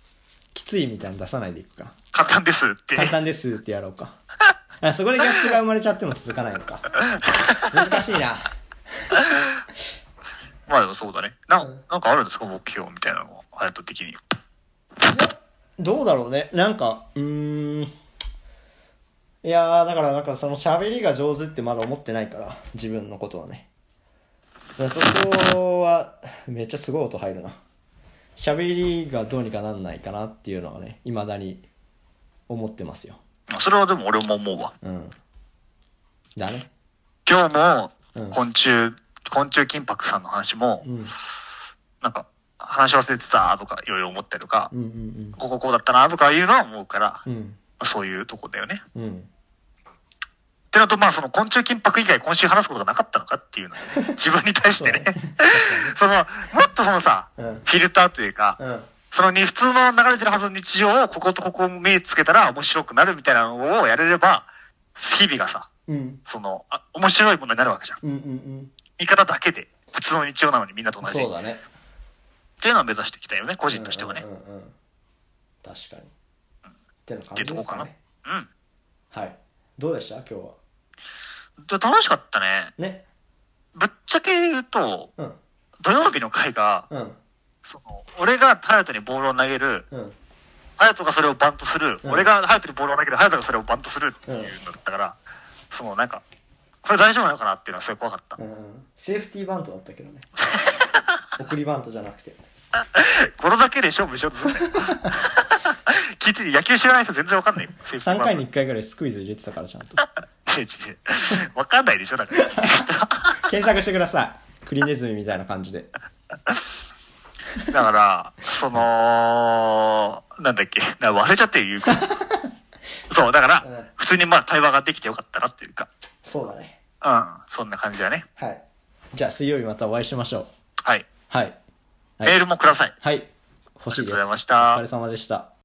[SPEAKER 1] きついみたいなの出さないでいくか。
[SPEAKER 3] 簡単ですって。
[SPEAKER 1] 簡単ですってやろうか。あそこでギャップが生まれちゃっても続かないのか。難しいな。
[SPEAKER 3] まあでもそうだね。な、なんかあるんですか目標みたいなのは、ハヤト的に。
[SPEAKER 1] どうだろうね。なんか、うーん。いやー、だからなんかその喋りが上手ってまだ思ってないから、自分のことはね。だからそこは、めっちゃすごい音入るな。喋りがどうにかなんないかなっていうのはね、未だに思ってますよ。
[SPEAKER 3] まあそれはでも俺も思うわ。
[SPEAKER 1] うん。だね。
[SPEAKER 3] 今日
[SPEAKER 1] うん
[SPEAKER 3] も、昆虫、昆虫金箔さんの話も
[SPEAKER 1] う、ん。
[SPEAKER 3] なんか、話し忘れてたとか、いろいろ思ったりとか
[SPEAKER 1] うん、うん
[SPEAKER 3] こここうだったなとかいうのは思うから、
[SPEAKER 1] うん。うん。
[SPEAKER 3] そういうとこだよね。
[SPEAKER 1] うん。
[SPEAKER 3] ってなと、まあ、その昆虫金箔以外今週話すことがなかったのかっていうのはね、自分に対してね
[SPEAKER 1] そう。
[SPEAKER 3] その、もっとそのさ、
[SPEAKER 1] う
[SPEAKER 3] フ
[SPEAKER 1] ん
[SPEAKER 3] ィルターというか、
[SPEAKER 1] うん。
[SPEAKER 3] そのに普通の流れてるはずの日常をこことここを目つけたら面白くなるみたいなのをやれれば、日々がさ、
[SPEAKER 1] うん。
[SPEAKER 3] その、あ面白いものになるわけじゃん。
[SPEAKER 1] うんうんうん。
[SPEAKER 3] 見方だけで、普通の日常なのにみんなと同じ。
[SPEAKER 1] そうだね。
[SPEAKER 3] っていうのを目指していきたいよね、個人としてはね
[SPEAKER 1] うん。うんうんうん確かに。っての感
[SPEAKER 3] って
[SPEAKER 1] じ
[SPEAKER 3] と
[SPEAKER 1] で
[SPEAKER 3] こ
[SPEAKER 1] す
[SPEAKER 3] か
[SPEAKER 1] か
[SPEAKER 3] な
[SPEAKER 1] ね。。
[SPEAKER 3] うん。
[SPEAKER 1] はい。どうでした今日は。
[SPEAKER 3] で楽しかったね。
[SPEAKER 1] ね。
[SPEAKER 3] ぶっちゃけ言うと、
[SPEAKER 1] うん。
[SPEAKER 3] 土曜日の回が、
[SPEAKER 1] うん。
[SPEAKER 3] その、俺がハヤトにボールを投げる、
[SPEAKER 1] うん。
[SPEAKER 3] ハヤトがそれをバントする、
[SPEAKER 1] うん
[SPEAKER 3] 俺がハヤトにボールを投げる、ハヤトがそれをバントするっていうのだったから、そのなんか、これ大丈夫なのかなっていうのはすごい怖かった
[SPEAKER 1] う。ん。セーフティーバントだったけど ね。送りバントじゃなくて。
[SPEAKER 3] これだけで勝負しようとするんだよ。 聞いてて、野球知らない人全然わかんないよ。
[SPEAKER 1] 3回に
[SPEAKER 3] 違
[SPEAKER 1] 1回ぐらいスクイズ入れてたからちゃんと。
[SPEAKER 3] う違う違うわかんないでしょ、だから。
[SPEAKER 1] 検索してください。クリネズミみたいな感じで。
[SPEAKER 3] だから、その、なんだっけ、なんか忘れちゃってる言うこと。そう、だから、
[SPEAKER 1] うん
[SPEAKER 3] 普通にまあ対話ができてよかったなっていうか、
[SPEAKER 1] そうだね。
[SPEAKER 3] うん、そんな感じだね。
[SPEAKER 1] はい。じゃあ水曜日またお会いしましょう。
[SPEAKER 3] はい。
[SPEAKER 1] はい。はい
[SPEAKER 3] メールもください。
[SPEAKER 1] はい。欲しいです。
[SPEAKER 3] ありがとうございました
[SPEAKER 1] お疲れ様でした。